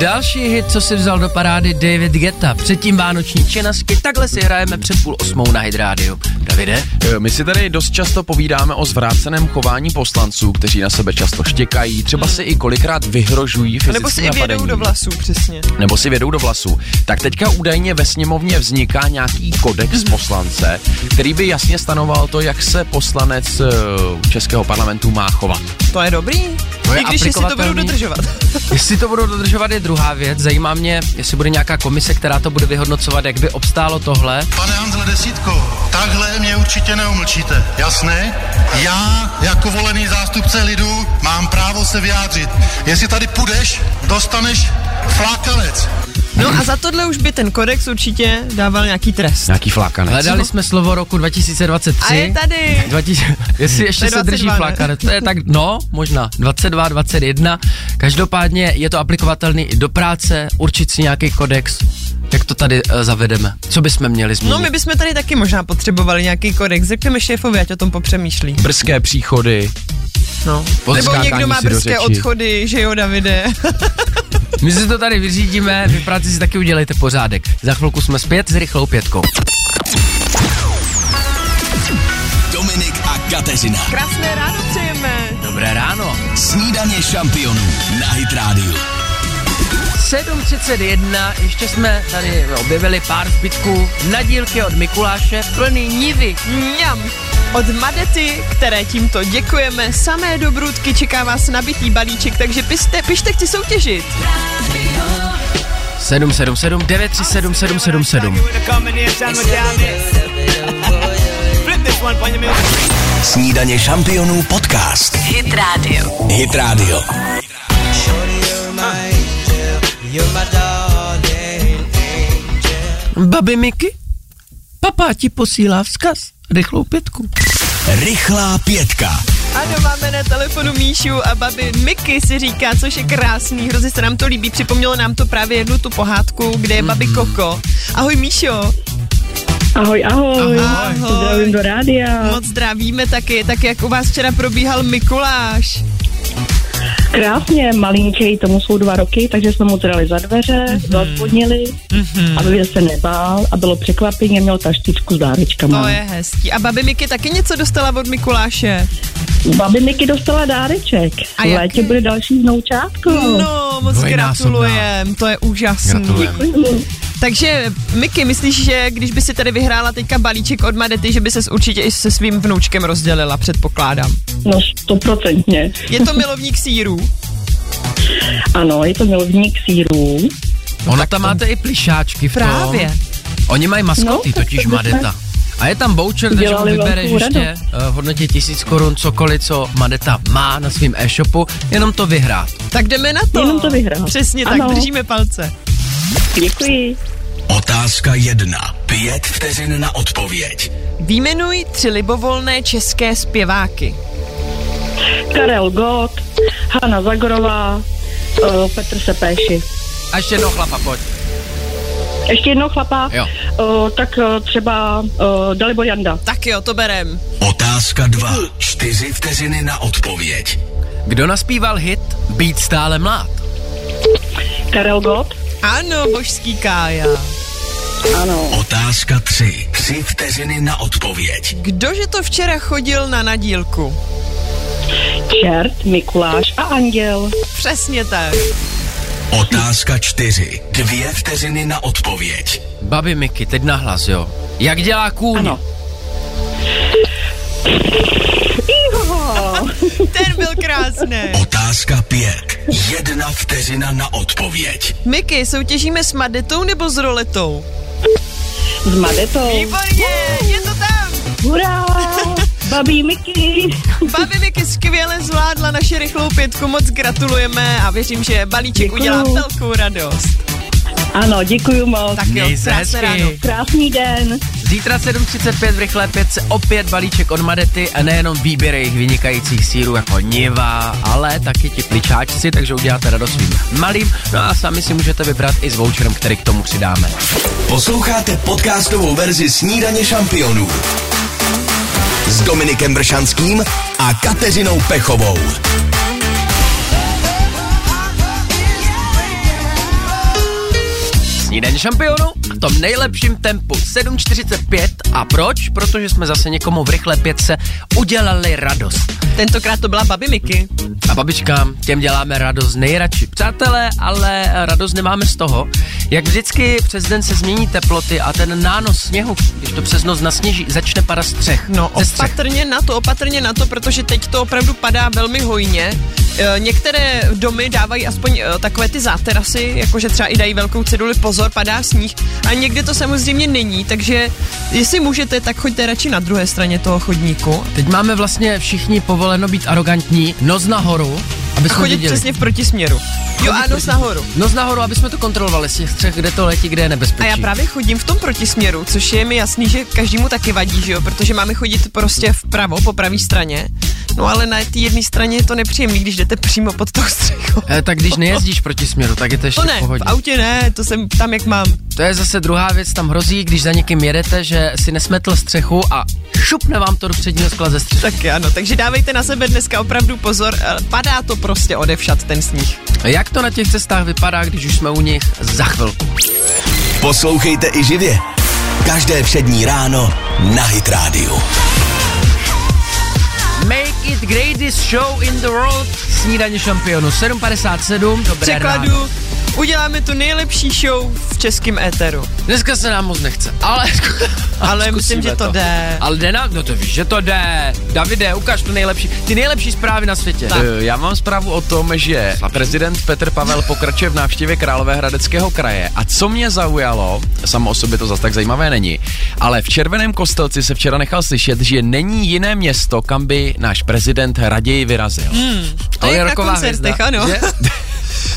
[SPEAKER 2] další hit, co si vzal do parády David Geta. Předtím vánoční činasky, takhle si hrajeme před půl osmou na Hit Radio. Davide?
[SPEAKER 5] Eh, My si tady dost často povídáme o zvráceném chování poslanců, kteří na sebe často štěkají, třeba
[SPEAKER 2] Mhm.
[SPEAKER 5] si i kolikrát vyhrožují fyzickým
[SPEAKER 3] Nebo si i vědou
[SPEAKER 5] napadením.
[SPEAKER 3] do vlasů, přesně.
[SPEAKER 5] nebo si vědou do vlasů, tak teďka údajně ve sněmovně vzniká nějaký kodex
[SPEAKER 2] Mhm.
[SPEAKER 5] poslance, který by jasně stanoval to, jak se poslanec eh, Českého parlamentu má chovat.
[SPEAKER 3] To je dobrý.
[SPEAKER 2] To je
[SPEAKER 3] I když jestli to budou
[SPEAKER 2] aplikovatelný.
[SPEAKER 3] dodržovat.
[SPEAKER 2] Jestli to budou dodržovat je druhá věc, zajímá mě, jestli bude nějaká komise, která to bude vyhodnocovat, jak by obstálo tohle.
[SPEAKER 8] Pane Hanzle Desítko, takhle mě určitě neumlčíte, jasné? Já, jako volený zástupce lidu, mám právo se vyjádřit. Jestli tady půjdeš, dostaneš flákalec.
[SPEAKER 3] No a za tohle už by ten kodex určitě dával nějaký
[SPEAKER 2] No.
[SPEAKER 3] trest.
[SPEAKER 5] Nějaký flákanec.
[SPEAKER 2] Hledali jsme slovo roku 2023.
[SPEAKER 3] A je tady.
[SPEAKER 2] 2000, jestli
[SPEAKER 3] To
[SPEAKER 2] ještě
[SPEAKER 3] je
[SPEAKER 2] se drží
[SPEAKER 3] 22, ne?
[SPEAKER 2] flakar, to je tak, no, možná, 22, 21, každopádně je to aplikovatelný i do práce, určit si nějaký kodex, jak to tady uh, zavedeme, co bychom měli změnit.
[SPEAKER 3] No my bychom tady taky možná potřebovali nějaký kodex. Řekneme šéfovi, ať o tom popřemýšlí.
[SPEAKER 5] Brzké příchody.
[SPEAKER 3] No. Nebo
[SPEAKER 5] Podskákání
[SPEAKER 3] někdo má
[SPEAKER 5] si do
[SPEAKER 3] brzké
[SPEAKER 5] řeči.
[SPEAKER 3] odchody, že jo, Davide?
[SPEAKER 2] my si to tady vyřídíme, vy práci si taky udělejte pořádek. Za chvilku jsme zpět s rychlou pětkou.
[SPEAKER 1] Dominik a Kateřina.
[SPEAKER 3] Krásné ráno přejeme.
[SPEAKER 2] Dobré ráno.
[SPEAKER 1] Snídaně šampionů na Hit Radio.
[SPEAKER 2] 7.31, ještě jsme tady objevili pár zbytků na dílky od Mikuláše, plný nivy.
[SPEAKER 3] Mňam. Od Madety, které tímto děkujeme, samé dobrůdky čeká vás nabitý balíček, takže pište, pište chci soutěžit.
[SPEAKER 2] 777 937 777.
[SPEAKER 1] Snídaně šampionů podcast. Hit Radio. Hit Radio.
[SPEAKER 2] Babi Miky, papá ti posílá vzkaz, rychlou pětku.
[SPEAKER 1] Rychlá pětka.
[SPEAKER 3] Ano, máme na telefonu Míšu a babi Miky si říká, což je krásný, hrozně se nám to líbí. Připomnělo nám to právě jednu tu pohádku, kde je babi Koko. Ahoj Míšo.
[SPEAKER 9] Ahoj, ahoj.
[SPEAKER 3] Ahoj.
[SPEAKER 9] Zdravím do rádia.
[SPEAKER 3] Moc zdravíme taky, tak jak u vás včera probíhal Mikuláš.
[SPEAKER 9] Krásně, malinký, tomu jsou dva roky, takže jsme mu zrali za dveře,
[SPEAKER 3] Mhm.
[SPEAKER 9] mm-hmm. zazvonili, mm-hmm. aby se nebál a bylo překvapení, měl taštičku s dárečkama.
[SPEAKER 3] To je hezký. A babi Miky taky něco dostala od Mikuláše.
[SPEAKER 9] Babi Miky dostala dáreček.
[SPEAKER 3] A
[SPEAKER 9] v
[SPEAKER 3] jaký?
[SPEAKER 9] létě bude další vnoučátko.
[SPEAKER 3] No, moc
[SPEAKER 5] Dvojnásobná.
[SPEAKER 3] gratulujem, to je úžasný.
[SPEAKER 5] Gratulujeme.
[SPEAKER 3] Takže, Miky, myslíš, že když by si tady vyhrála teďka balíček od Madety, že by ses určitě i se svým vnoučkem rozdělila, předpokládám.
[SPEAKER 9] No, stoprocentně.
[SPEAKER 3] Je to milovník sírů.
[SPEAKER 9] Ano, je to milovník sírů.
[SPEAKER 2] Ono tam máte i plišáčky v tom.
[SPEAKER 3] Právě.
[SPEAKER 2] Oni mají maskoty,
[SPEAKER 9] No, tak
[SPEAKER 2] totiž
[SPEAKER 9] to bychom
[SPEAKER 2] Madeta. A je tam voucher, takže mu
[SPEAKER 9] udělali
[SPEAKER 2] vybereš
[SPEAKER 9] velkou
[SPEAKER 2] ještě eh, v hodnotě tisíc korun cokoliv, co Madeta má na svém e-shopu, jenom to vyhrát.
[SPEAKER 3] Tak jdeme na to.
[SPEAKER 9] Jenom to vyhrál.
[SPEAKER 3] Přesně tak,
[SPEAKER 9] Ano.
[SPEAKER 3] držíme palce.
[SPEAKER 9] Děkuji.
[SPEAKER 1] Otázka jedna. Pět vteřin na odpověď.
[SPEAKER 3] Výjmenuj tři libovolné české zpěváky.
[SPEAKER 9] Karel Gott, Hanna Zagorová, eh, Petr Sepéši.
[SPEAKER 2] A ještě jednou chlapa, pojď.
[SPEAKER 9] Ještě jednou chlapa?
[SPEAKER 2] Jo.
[SPEAKER 9] Uh, tak uh, třeba uh, Dalibor Janda.
[SPEAKER 3] Tak jo, to berem.
[SPEAKER 1] Otázka dva. Čtyři vteřiny na odpověď.
[SPEAKER 2] Kdo naspíval hit Být stále mlád?
[SPEAKER 9] Karel Gott?
[SPEAKER 3] Ano, božský Kája.
[SPEAKER 9] Ano.
[SPEAKER 1] Otázka tři. Tři vteřiny na odpověď.
[SPEAKER 3] Kdože to včera chodil na nadílku?
[SPEAKER 9] Čert, Mikuláš a Anděl.
[SPEAKER 3] Přesně tak.
[SPEAKER 1] Otázka čtyři. Dvě vteřiny na odpověď.
[SPEAKER 2] Babi Miky, teď nahlas, jo. Jak dělá kůň?
[SPEAKER 9] Ano.
[SPEAKER 3] Ten byl krásný.
[SPEAKER 1] Otázka pět. Jedna vteřina na odpověď.
[SPEAKER 3] Miky, soutěžíme s Madetou nebo s roletou?
[SPEAKER 9] S Madetou.
[SPEAKER 3] Výborně, je to tam.
[SPEAKER 9] Hurá! Babí Miky!
[SPEAKER 3] Babi Miky skvěle zvládla naši rychlou pětku, moc gratulujeme a věřím, že balíček
[SPEAKER 9] Děkuju.
[SPEAKER 3] udělá velkou radost.
[SPEAKER 9] Ano, děkuji moc.
[SPEAKER 3] Tak jo,
[SPEAKER 2] Měj se
[SPEAKER 3] krásné
[SPEAKER 2] hezky.
[SPEAKER 3] ráno.
[SPEAKER 9] Krásný den.
[SPEAKER 2] Zítra 7.35 v rychlé pětce opět balíček od Madety a nejenom výběr jejich vynikajících sírů jako Niva, ale taky ti pličáčci, takže uděláte radost svým malým, no a sami si můžete vybrat i s voucherem, který k tomu přidáme.
[SPEAKER 1] Posloucháte podcastovou verzi Snídaně šampionů s Dominikem Bršanským a Kateřinou Pechovou.
[SPEAKER 2] Snídaně šampionu a to v nejlepším tempu 7.45 a proč? Protože jsme zase někomu v rychlé pětce udělali radost.
[SPEAKER 3] Tentokrát to byla babi Miky.
[SPEAKER 2] A babičkám, těm děláme radost nejradši. Přátelé, ale radost nemáme z toho, jak vždycky přes den se změní teploty a ten nános sněhu, když to přes noc nasněží, začne padat z střech.
[SPEAKER 3] No,
[SPEAKER 2] ze střech.
[SPEAKER 3] opatrně na to, opatrně na to, protože teď to opravdu padá velmi hojně. E, Některé domy dávají aspoň e, takové ty záterasy, jakože třeba i dají velkou ceduli pozor, padá sníh. A někde to samozřejmě není, takže jestli můžete, tak choďte radši na druhé straně toho chodníku.
[SPEAKER 2] Teď máme vlastně všichni povoleno být arrogantní, noc nahoru, aby
[SPEAKER 3] A
[SPEAKER 2] jsme
[SPEAKER 3] chodit
[SPEAKER 2] viděli.
[SPEAKER 3] přesně v protisměru. Jo, a nos nahoru.
[SPEAKER 2] Noc nahoru, aby jsme to kontrolovali z těch střech, kde to letí, kde je nebezpečí.
[SPEAKER 3] A já právě chodím v tom protisměru, což je mi jasný, že každému taky vadí, že jo, protože máme chodit prostě vpravo, po pravé straně. No ale na té jedné straně je to nepříjemný, když jdete přímo pod tou střechou.
[SPEAKER 2] E, tak když nejezdíš proti směru, tak je to ještě
[SPEAKER 3] To
[SPEAKER 2] v
[SPEAKER 3] ne, v
[SPEAKER 2] pohodě.
[SPEAKER 3] autě ne, to jsem tam, jak mám.
[SPEAKER 2] To je zase druhá věc, tam hrozí, když za někým jedete, že si nesmetl střechu a šupne vám to do předního skla ze střechy.
[SPEAKER 3] Tak ano, takže dávejte na sebe dneska opravdu pozor, eh, padá to prostě odevšat ten sníh.
[SPEAKER 2] Jak to na těch cestách vypadá, když už jsme u nich za chvilku?
[SPEAKER 1] Poslouchejte i živě. Každé přední ráno na Hit Radio.
[SPEAKER 2] Make it greatest show in the world, snídaně šampionu, 7.57, dobré ráno.
[SPEAKER 3] Překladu, uděláme tu nejlepší show v českém éteru.
[SPEAKER 2] Dneska se nám moc nechce, ale...
[SPEAKER 3] Ale myslím,
[SPEAKER 2] zkusíme
[SPEAKER 3] že to jde.
[SPEAKER 2] Ale jde nám, no to víš, že to jde. Davide, ukáž to nejlepší, ty nejlepší zprávy na světě.
[SPEAKER 5] Eh, Já mám zprávu o tom, že prezident Petr Pavel pokračuje v návštěvě Královéhradeckého kraje. A co mě zaujalo, samo o sobě to zas tak zajímavé není, ale v Červeném kostelci se včera nechal slyšet, že není jiné město, kam by náš prezident raději vyrazil. Hmm,
[SPEAKER 3] To je jak na koncertech, ano.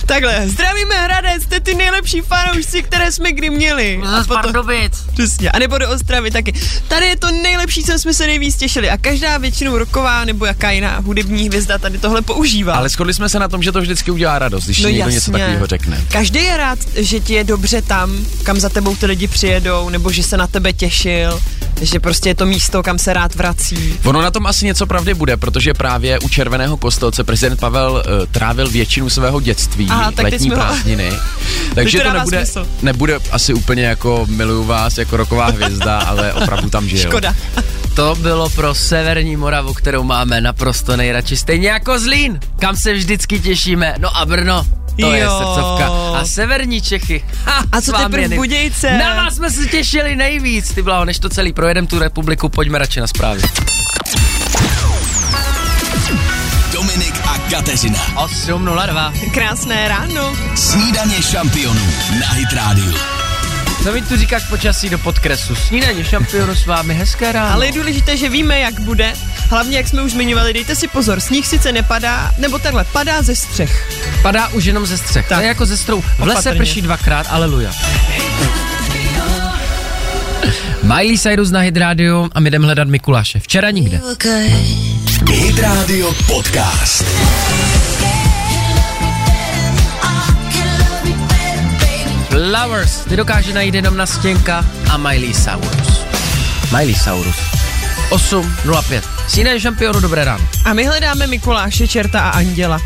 [SPEAKER 3] Takhle, zdravíme Hradec, jste ty nejlepší fanoušci, které jsme kdy měli. A potom, přesně, a nebo do Ostravy taky. Tady je to nejlepší, co jsme se nejvíc těšili a každá většinou roková nebo jaká jiná hudební hvězda tady tohle používá.
[SPEAKER 5] Ale shodli jsme se na tom, že to vždycky udělá radost, když
[SPEAKER 3] No
[SPEAKER 5] no někdo
[SPEAKER 3] jasně.
[SPEAKER 5] něco takového řekne.
[SPEAKER 3] Každý je rád, že ti je dobře tam, kam za tebou ty lidi přijedou, nebo že se na tebe těšil, že prostě je to místo, kam se rád vrací.
[SPEAKER 5] Ono na tom asi něco pravdy bude, protože právě u Červeného kostelce prezident Pavel uh, trávil většinu svého dětství,
[SPEAKER 3] Aha, tak teď
[SPEAKER 5] letní
[SPEAKER 3] jsme ho-
[SPEAKER 5] prázdniny. Takže
[SPEAKER 3] to
[SPEAKER 5] to
[SPEAKER 3] dává
[SPEAKER 5] nebude,
[SPEAKER 3] smysl.
[SPEAKER 5] nebude asi úplně jako miluju vás, jako roková hvězda, ale opravdu tam žil.
[SPEAKER 3] Škoda.
[SPEAKER 2] To bylo pro Severní Moravu, kterou máme naprosto nejradši, stejně jako Zlín, kam se vždycky těšíme. No a Brno, to jo. je
[SPEAKER 3] Jo.
[SPEAKER 2] srdcovka. A Severní Čechy. Ha,
[SPEAKER 3] A
[SPEAKER 2] s
[SPEAKER 3] co
[SPEAKER 2] vámi
[SPEAKER 3] teprve
[SPEAKER 2] jen-
[SPEAKER 3] Budějce?
[SPEAKER 2] Na vás jsme se těšili nejvíc, ty blaho, než to celý projedem tu republiku, pojďme radši na zprávy.
[SPEAKER 1] Dominik a Kateřina.
[SPEAKER 2] 8.02.
[SPEAKER 3] Krásné ráno.
[SPEAKER 1] Snídaně šampionů na Hit Radio.
[SPEAKER 2] Co mi tu říkáš počasí do podkresu? Snídaně šampionu s vámi, hezké ráno.
[SPEAKER 3] Ale je důležité, že víme, jak bude. Hlavně, jak jsme už zmiňovali, dejte si pozor, sníh sice nepadá, nebo takhle, padá ze střech.
[SPEAKER 2] Padá už jenom ze střech, tak.
[SPEAKER 3] Tak.
[SPEAKER 2] to je jako ze strou. V lese
[SPEAKER 3] Opatrně.
[SPEAKER 2] prší dvakrát, aleluja. Miley Cyrus na Hydrádiu a my jdeme hledat Mikuláše. Včera nikde.
[SPEAKER 1] Hit Radio Podcast.
[SPEAKER 2] Lovers, ty dokáže najít jenom Nastěnka a Miley Cyrus. Miley Cyrus. 8.05. Sýné šampionu, dobré ráno.
[SPEAKER 3] A my hledáme Mikuláše, čerta a anděla.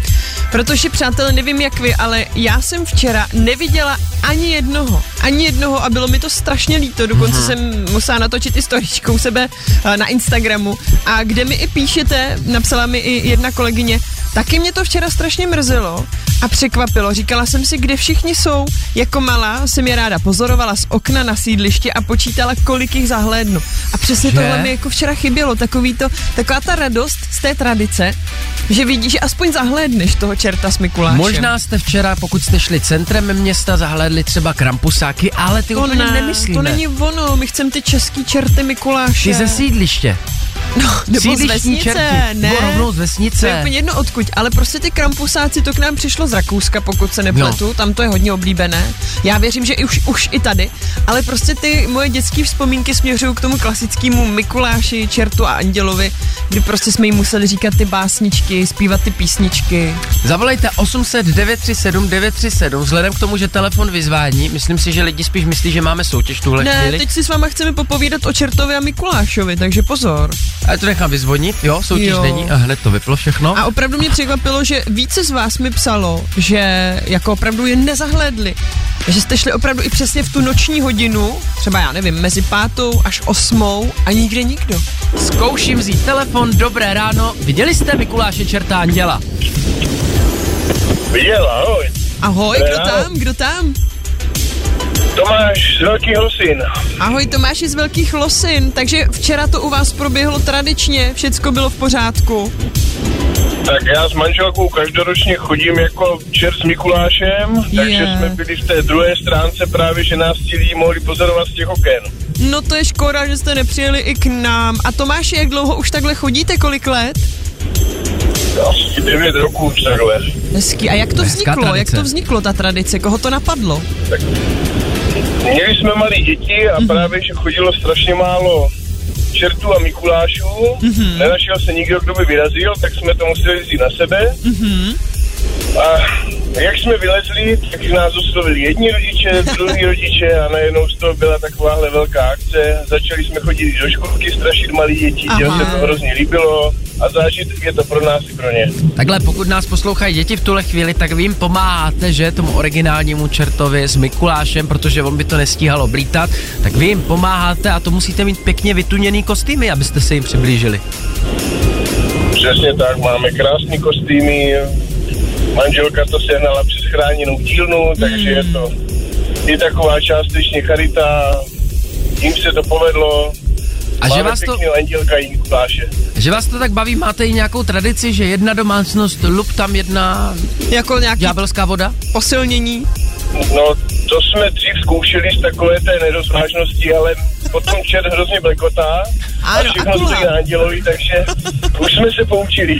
[SPEAKER 3] Protože, přátelé, nevím jak vy, ale já jsem včera neviděla ani jednoho. Ani jednoho a bylo mi to strašně líto. Dokonce mm-hmm. jsem musela natočit i storičku u sebe eh, na Instagramu. A kde mi i píšete, napsala mi i jedna kolegyně, taky mě to včera strašně mrzelo a překvapilo. Říkala jsem si, kde všichni jsou. Jako malá jsem je ráda pozorovala z okna na sídliště a počítala, kolik jich zahlédnu. A přesně
[SPEAKER 2] Že?
[SPEAKER 3] tohle mi jako včera chybělo, takový to, taková ta radost z té tradice, že vidíš, že aspoň zahlédneš toho čerta s Mikulášem.
[SPEAKER 2] Možná jste včera, pokud jste šli centrem města, zahlédli třeba krampusáky, ale ty
[SPEAKER 3] to
[SPEAKER 2] úplně
[SPEAKER 3] ne,
[SPEAKER 2] nemyslíme.
[SPEAKER 3] to není ono, my chceme ty český čerty Mikuláše.
[SPEAKER 2] Ty ze sídliště.
[SPEAKER 3] no, nebo z
[SPEAKER 2] Sídlištní
[SPEAKER 3] vesnice,
[SPEAKER 2] čerti.
[SPEAKER 3] ne.
[SPEAKER 2] Nebo rovnou z
[SPEAKER 3] To je
[SPEAKER 2] vesnice.
[SPEAKER 3] úplně jedno odkud, ale prostě ty krampusáci, to k nám přišlo z Rakouska, pokud se nepletu, no. tam to je hodně oblíbené. Já věřím, že i už, už i tady, ale prostě ty moje dětské vzpomínky směřují k tomu klasickému Mikuláši, Čertu a Andělovi, kdy prostě jsme jim museli říkat ty básničky, zpívat ty písničky.
[SPEAKER 2] Zavolejte 800 937 937. Vzhledem k tomu, že telefon vyzvání, myslím si, že lidi spíš myslí, že máme soutěž tuhle
[SPEAKER 3] Ne,
[SPEAKER 2] chvíli.
[SPEAKER 3] teď si s váma chceme popovídat o Čertovi a Mikulášovi, takže pozor.
[SPEAKER 2] Ale to nechám vyzvonit, jo, soutěž
[SPEAKER 3] Jo.
[SPEAKER 2] není a hned to vyplo všechno.
[SPEAKER 3] A opravdu mě překvapilo, že více z vás mi psalo, že jako opravdu je nezahledli. že jste šli opravdu i přesně v tu noční hodinu, třeba já nevím, mezi pátou až osmou a nikde nikdo.
[SPEAKER 2] Zkouším vzít telefon, dobré ráno. Viděli jste Mikuláše Čerta Anděla?
[SPEAKER 6] Viděl, ahoj.
[SPEAKER 3] Ahoj,
[SPEAKER 6] Dobré
[SPEAKER 3] kdo
[SPEAKER 6] ráno.
[SPEAKER 3] tam, kdo tam?
[SPEAKER 6] Tomáš z Velkých Husin.
[SPEAKER 3] Ahoj Tomáši z Velkých Losin, takže včera to u vás proběhlo tradičně, všecko bylo v pořádku.
[SPEAKER 6] Tak já s manželkou každoročně chodím jako čert s Mikulášem, takže
[SPEAKER 3] Je.
[SPEAKER 6] jsme byli v té druhé stránce právě, že nás ti lidi mohli pozorovat z těch oken.
[SPEAKER 3] No to je škoda, že jste nepřijeli i k nám. A Tomáši, jak dlouho už takhle chodíte, kolik let?
[SPEAKER 6] Asi 9 roků už takhle.
[SPEAKER 3] Hezký. A jak to
[SPEAKER 2] Hezká
[SPEAKER 3] vzniklo? Jak
[SPEAKER 2] tradice.
[SPEAKER 3] to vzniklo, ta tradice? Koho to napadlo?
[SPEAKER 6] Měli jsme malí děti a právě, že chodilo strašně málo čertů a Mikulášů. Mm-hmm. Nenašel se nikdo, kdo by vyrazil, tak jsme to museli vzít na sebe. Mm-hmm. A jak jsme vylezli, tak nás oslovili jedni rodiče, druhý rodiče a najednou z toho byla takováhle velká akce. Začali jsme chodit do školky, strašit malí děti,
[SPEAKER 3] Aha.
[SPEAKER 6] děl se to hrozně líbilo a zážitek je to pro nás i pro ně.
[SPEAKER 2] Takhle, pokud nás poslouchají děti v tuhle chvíli, tak vy jim pomáháte, že tomu originálnímu čertovi s Mikulášem, protože on by to nestíhal oblítat, tak vy jim pomáháte a to musíte mít pěkně vytuněný kostýmy, abyste se jim přiblížili.
[SPEAKER 6] Přesně tak, máme krásné kostýmy, manželka to sehnala přes chráněnou dílnu, takže je to i taková částečně charita, jim se to povedlo.
[SPEAKER 2] A že
[SPEAKER 6] máme
[SPEAKER 2] vás, to,
[SPEAKER 6] pěkný andělka i Mikuláše.
[SPEAKER 2] že vás to tak baví, máte i nějakou tradici, že jedna domácnost, lup tam jedna
[SPEAKER 3] Jako nějaké
[SPEAKER 2] ďábelská voda?
[SPEAKER 3] posilnění?
[SPEAKER 6] No, to jsme dřív zkoušeli z takové té nedozvážnosti, ale potom čert hrozně blekotá a
[SPEAKER 3] Ano, a
[SPEAKER 6] všechno
[SPEAKER 3] kulá.
[SPEAKER 6] stojí na andělovi, takže už jsme se poučili.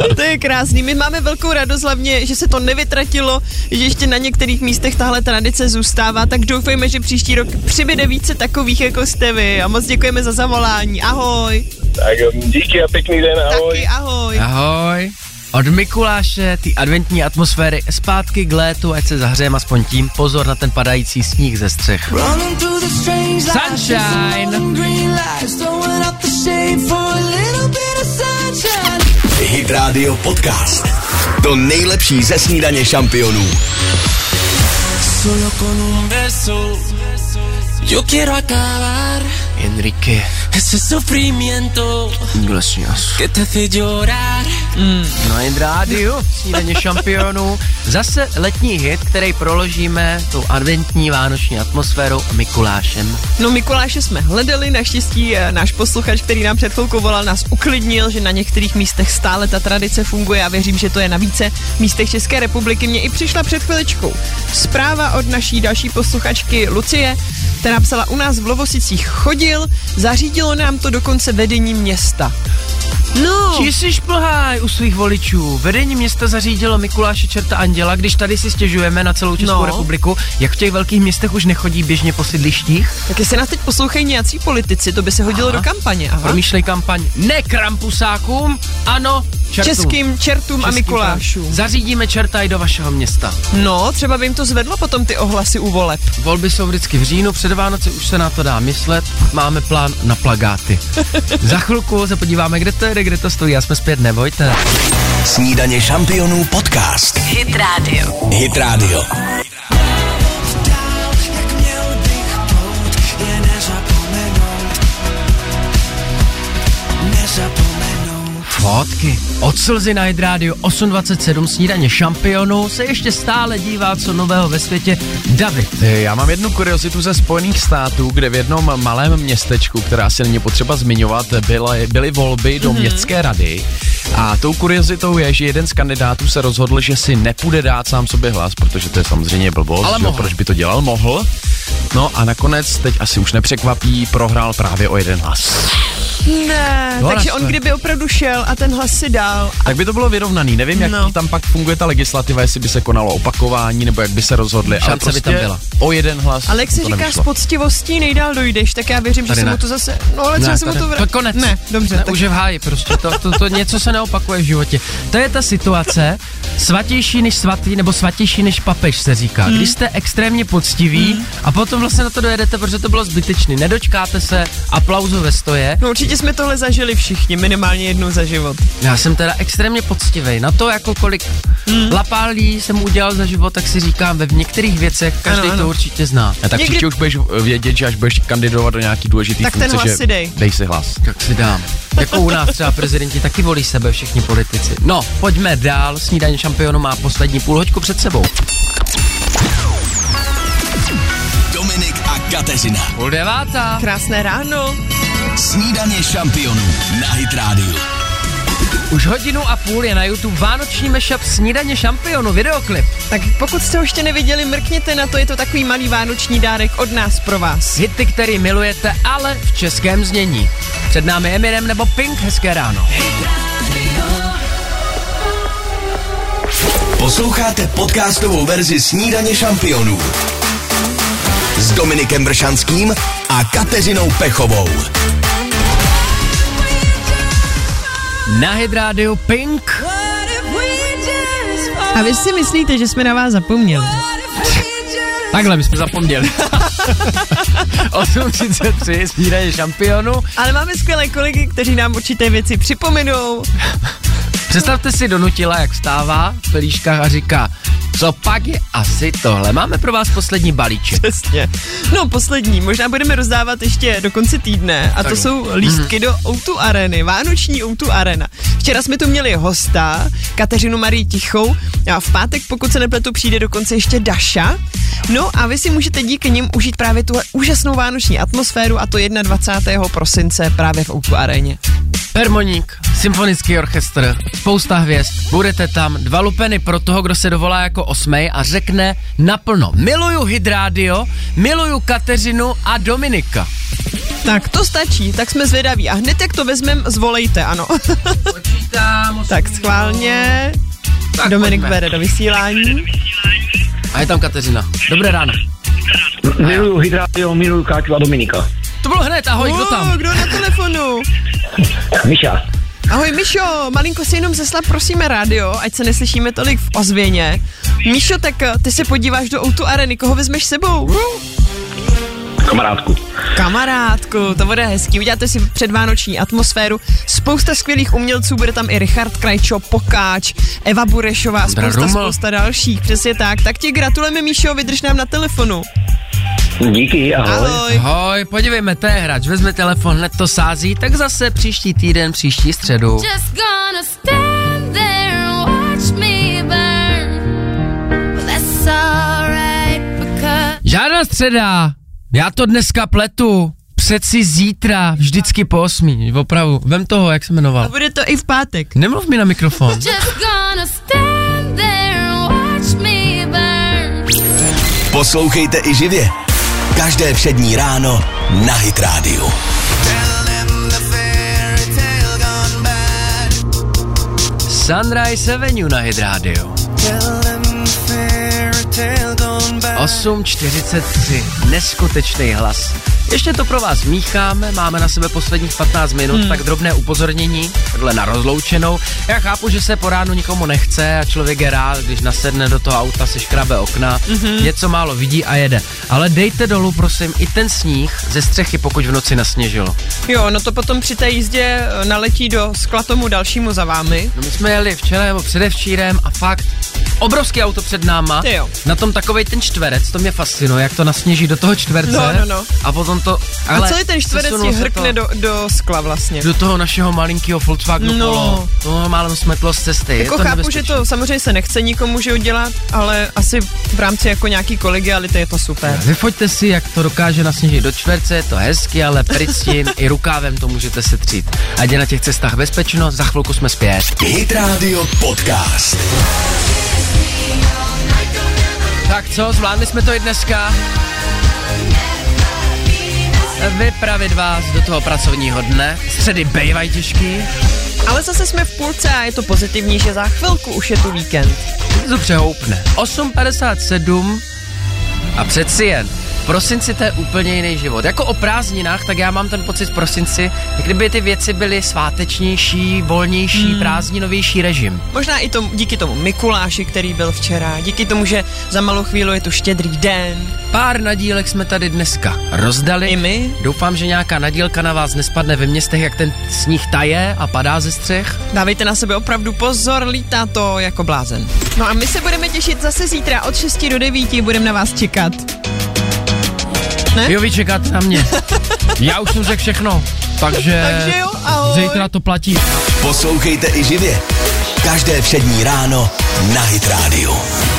[SPEAKER 3] No, To je krásný. My máme velkou radost hlavně, že se to nevytratilo, že ještě na některých místech tahle tradice zůstává, tak doufejme, že příští rok přibude více takových, jako jste vy. A moc děkujeme za zavolání. Ahoj.
[SPEAKER 6] Tak díky a pěkný den, ahoj.
[SPEAKER 3] Taky ahoj.
[SPEAKER 2] Ahoj. Od Mikuláše, ty adventní atmosféry, zpátky k létu, ať se zahřejeme aspoň tím, pozor na ten padající sníh ze střech. Sunshine.
[SPEAKER 1] Hit Radio Podcast. To nejlepší ze snídaně šampionů.
[SPEAKER 2] Enrique. Iglesias. No jen rádiu, snídaně šampionů. Zase letní hit, který proložíme tou adventní vánoční atmosférou a Mikulášem.
[SPEAKER 3] No Mikuláše jsme hledali, naštěstí eh, náš posluchač, který nám před chvilkou volal, nás uklidnil, že na některých místech stále ta tradice funguje a věřím, že to je na více místech České republiky. Mně i přišla před chviličkou zpráva od naší další posluchačky Lucie, která psala u nás v Lovosicích chodil, zařídilo nám to dokonce vedení města. No,
[SPEAKER 2] Ti jsi šplhaj u svých voličů. Vedení města zařídilo Mikuláše Čerta Anděla, když tady si stěžujeme na celou Českou
[SPEAKER 3] No.
[SPEAKER 2] no. republiku, jak v těch velkých městech už nechodí běžně po sídlištích.
[SPEAKER 3] taky se nás teď poslouchají nějací politici, to by se hodilo
[SPEAKER 2] Aha.
[SPEAKER 3] do kampaně. Aha.
[SPEAKER 2] Promýšlej kampaň ne krampusákům, ano čertům.
[SPEAKER 3] Českým čertům a
[SPEAKER 2] Českým
[SPEAKER 3] Mikulášům.
[SPEAKER 2] čertům. Zařídíme čerta i do vašeho města.
[SPEAKER 3] No, třeba by jim to zvedlo potom ty ohlasy u voleb.
[SPEAKER 2] Volby jsou vždycky v říjnu, před Vánoci už se na to dá myslet, máme plán na plagáty. Za chvilku se podíváme, kde to jede, kde to stojí a jsme zpět, nebojte.
[SPEAKER 1] Snídaně šampionů podcast.
[SPEAKER 10] Hit Radio.
[SPEAKER 1] Hit Radio.
[SPEAKER 2] Fotky. Od slzy na Hit Radio 827 snídaně šampionů se ještě stále dívá, co nového ve světě David.
[SPEAKER 5] Eh, Já mám jednu kuriozitu ze Spojených států, kde v jednom malém městečku, která si není potřeba zmiňovat, byly, byly volby
[SPEAKER 2] Mhm.
[SPEAKER 5] do mm-hmm. městské rady. A tou kuriozitou je, že jeden z kandidátů se rozhodl, že si nepůjde dát sám sobě hlas, protože to je samozřejmě blbost,
[SPEAKER 2] Ale
[SPEAKER 5] že?
[SPEAKER 2] mohl.
[SPEAKER 5] proč by to dělal, mohl. No a nakonec, teď asi už nepřekvapí, prohrál právě o jeden hlas.
[SPEAKER 3] Ne,
[SPEAKER 2] No,
[SPEAKER 3] takže
[SPEAKER 2] na
[SPEAKER 3] on
[SPEAKER 2] své.
[SPEAKER 3] kdyby opravdu šel a ten hlas si dal.
[SPEAKER 5] Tak by to bylo vyrovnaný, nevím, jak
[SPEAKER 3] No.
[SPEAKER 5] tam pak funguje ta legislativa, jestli by se konalo opakování, nebo jak by se rozhodli, ale
[SPEAKER 2] Šance by
[SPEAKER 5] prostě
[SPEAKER 2] tam byla.
[SPEAKER 5] o jeden hlas
[SPEAKER 3] Ale jak se
[SPEAKER 5] to
[SPEAKER 3] říká,
[SPEAKER 5] nevyšlo.
[SPEAKER 3] s poctivostí nejdál dojdeš, tak já věřím, že
[SPEAKER 2] Tady
[SPEAKER 3] se
[SPEAKER 2] ne.
[SPEAKER 3] mu to zase... No ale třeba
[SPEAKER 2] Ne,
[SPEAKER 3] se mu
[SPEAKER 2] tady-
[SPEAKER 3] to... vra-
[SPEAKER 2] to konec.
[SPEAKER 3] Ne, dobře.
[SPEAKER 2] Ne,
[SPEAKER 3] tak
[SPEAKER 2] Už je v háji prostě, to, to, to něco se neopakuje v životě. To je ta situace, Svatější než svatý nebo svatější než papež se říká.
[SPEAKER 3] Hmm.
[SPEAKER 2] Když jste extrémně poctiví a potom vlastně na to dojedete, protože to bylo zbytečný. Nedočkáte se aplauzu ve stoje.
[SPEAKER 3] No určitě jsme tohle zažili všichni, minimálně jednou za život.
[SPEAKER 2] Já jsem teda extrémně poctivý. Na to, jako kolik
[SPEAKER 3] Hmm.
[SPEAKER 2] mm. lapálí jsem udělal za život, tak si říkám, ve v některých věcech každý
[SPEAKER 3] Ano, ano.
[SPEAKER 2] to určitě zná.
[SPEAKER 5] A tak
[SPEAKER 3] Někdy-
[SPEAKER 5] Někdy... příště už budeš vědět, že až budeš kandidovat do nějaký důležitý
[SPEAKER 3] Tak ten
[SPEAKER 5] funkce,
[SPEAKER 3] hlas
[SPEAKER 5] že
[SPEAKER 3] si dej.
[SPEAKER 5] dej si hlas.
[SPEAKER 2] Tak si dám. Jako u nás třeba prezidenti taky volí sebe všichni politici. No, pojďme dál. Snídaně šampionu má poslední půlhoďku před sebou.
[SPEAKER 1] Dominik a Kateřina.
[SPEAKER 2] Půl devátá.
[SPEAKER 3] Krásné ráno.
[SPEAKER 1] Snídaně šampionů na Hit Radio.
[SPEAKER 2] Už hodinu a půl je na YouTube vánoční mashup Snídaně šampionu videoklip.
[SPEAKER 3] Tak pokud jste ho ještě neviděli, mrkněte na to, je to takový malý vánoční dárek od nás pro vás.
[SPEAKER 2] Hity, který milujete, ale v českém znění. Před námi Eminem nebo Pink, hezké ráno.
[SPEAKER 1] Posloucháte podcastovou verzi Snídaně šampionů s Dominikem Bršanským a Kateřinou Pechovou.
[SPEAKER 2] Na Hydrádiu Pink.
[SPEAKER 3] A vy si myslíte, že jsme na vás zapomněli?
[SPEAKER 2] Takhle my jsme zapomněli. 8.33, snídaně šampionu.
[SPEAKER 3] Ale máme skvělé kolegy, kteří nám určité věci připomenou.
[SPEAKER 2] Představte si donutila, jak vstává v pelíškách a říká, co pak je asi tohle. Máme pro vás poslední balíček.
[SPEAKER 3] Přesně. No poslední, možná budeme rozdávat ještě do konce týdne a to jsou lístky do Outu Areny, Vánoční Outu Arena. Včera jsme tu měli hosta, Kateřinu Marii Tichou a v pátek, pokud se nepletu, přijde dokonce ještě Daša. No a vy si můžete díky nim užít právě tuhle úžasnou vánoční atmosféru a to 21. prosince právě v Outu Aréně.
[SPEAKER 2] Permoník, symfonický orchestr, spousta hvězd, budete tam, dva lupeny pro toho, kdo se dovolá jako osmej a řekne naplno. Miluju Hydrádio, miluju Kateřinu a Dominika.
[SPEAKER 3] Tak to stačí, tak jsme zvědaví a hned jak to vezmem, zvolejte, ano.
[SPEAKER 2] Počítám.
[SPEAKER 3] tak schválně,
[SPEAKER 2] Tak
[SPEAKER 3] Dominik
[SPEAKER 2] pojďme.
[SPEAKER 3] bere do vysílání.
[SPEAKER 2] A je tam Kateřina. Dobré ráno.
[SPEAKER 10] Miluju Hydrádio, miluju Káťu a Dominika.
[SPEAKER 2] To bylo hned, ahoj, kdo
[SPEAKER 3] O,
[SPEAKER 2] tam?
[SPEAKER 3] No, kdo na telefonu?
[SPEAKER 10] Miša,
[SPEAKER 3] Ahoj Mišo, malinko si jenom zeslab, prosíme rádio, ať se neslyšíme tolik v ozvěně. Mišo, tak eh, ty se podíváš do Outu Areny, koho vezmeš sebou?
[SPEAKER 10] kamarádku.
[SPEAKER 3] Kamarádku, to bude hezký, uděláte si předvánoční atmosféru, spousta skvělých umělců, bude tam i Richard Krajčo, Pokáč, Eva Burešová, spousta,
[SPEAKER 2] Ruml.
[SPEAKER 3] spousta dalších, přesně tak. Tak ti gratulujeme Míšo, vydrž nám na telefonu.
[SPEAKER 10] Díky, ahoj. ahoj.
[SPEAKER 3] Ahoj.
[SPEAKER 2] Ahoj, podívejme, to je hráč, vezme telefon, hned to sází, tak zase příští týden, příští středu.
[SPEAKER 7] Just gonna stand there and watch me burn. But that's alright because
[SPEAKER 2] Žádná středa, já to dneska pletu, přeci zítra, vždycky po osmi, opravdu, vem toho, jak se
[SPEAKER 3] A
[SPEAKER 2] jmenoval.
[SPEAKER 3] bude to i v pátek.
[SPEAKER 2] Nemluv mi na mikrofon.
[SPEAKER 7] just gonna stand there and watch me burn.
[SPEAKER 1] Poslouchejte i živě. Každé přední ráno na Hit Radio.
[SPEAKER 2] Sunrise Avenue na Hit Radio. 8.43, neskutečný hlas. Ještě to pro vás mícháme, máme na sebe posledních 15 minut, hmm. tak drobné upozornění, takhle na rozloučenou. Já chápu, že se po ránu nikomu nechce a člověk je rád, když nasedne do toho auta, se škrabe okna, mm-hmm. něco málo vidí a jede. Ale dejte dolů, prosím, i ten sníh ze střechy, pokud v noci nasněžilo.
[SPEAKER 3] Jo, no to potom při té jízdě eh, naletí do skla tomu dalšímu za vámi.
[SPEAKER 2] No my jsme jeli včera nebo předevčírem a fakt obrovský auto před náma.
[SPEAKER 3] Ty jo.
[SPEAKER 2] Na tom takovej ten čtverec, to mě fascinuje, jak to nasněží do toho čtverce.
[SPEAKER 3] No, no, no.
[SPEAKER 2] A potom to, ale
[SPEAKER 3] A celý ten čtverec
[SPEAKER 2] přesunulo
[SPEAKER 3] ti
[SPEAKER 2] se
[SPEAKER 3] hrkne
[SPEAKER 2] to
[SPEAKER 3] do, do skla vlastně.
[SPEAKER 2] do toho našeho malinkého Volkswagenu
[SPEAKER 3] No.
[SPEAKER 2] polo. To málem smetlo z cesty.
[SPEAKER 3] Jako
[SPEAKER 2] je to
[SPEAKER 3] chápu, že
[SPEAKER 2] nebezpečný.
[SPEAKER 3] to samozřejmě se nechce nikomu že udělat, ale asi v rámci jako nějaký kolegiality je to super.
[SPEAKER 2] Vyfoďte si, jak to dokáže nasněžit do čtverce, je to hezky, ale pryč s tím, i rukávem to můžete setřít. Ať je na těch cestách bezpečno, za chvilku jsme zpět.
[SPEAKER 1] Hit Radio Podcast.
[SPEAKER 2] Tak co, zvládli jsme to i dneska. Vypravit vás do toho pracovního dne. Středy bejvají těžký.
[SPEAKER 3] Ale zase jsme v půlce a je to pozitivní, že za chvilku už je tu víkend.
[SPEAKER 2] To přehoupne. 8.57 a přeci jen v prosinci to je úplně jiný život. Jako o prázdninách, tak já mám ten pocit v prosinci, jak kdyby ty věci byly svátečnější, volnější, hmm. prázdninovější režim.
[SPEAKER 3] Možná i tomu, díky tomu Mikuláši, který byl včera, díky tomu, že za malou chvíli je tu štědrý den.
[SPEAKER 2] Pár nadílek jsme tady dneska rozdali.
[SPEAKER 3] I my.
[SPEAKER 2] Doufám, že nějaká nadílka na vás nespadne ve městech, jak ten sníh taje a padá ze střech.
[SPEAKER 3] Dávejte na sebe opravdu pozor, lítá to jako blázen. No a my se budeme těšit zase zítra od 6 do 9, budeme na vás čekat. Ne?
[SPEAKER 2] Jo, vy čekáte na mě. Já už jsem řekl všechno, takže,
[SPEAKER 3] Takže jo, ahoj.
[SPEAKER 2] zítra to platí.
[SPEAKER 1] Poslouchejte i živě. Každé přední ráno na Hit Radio.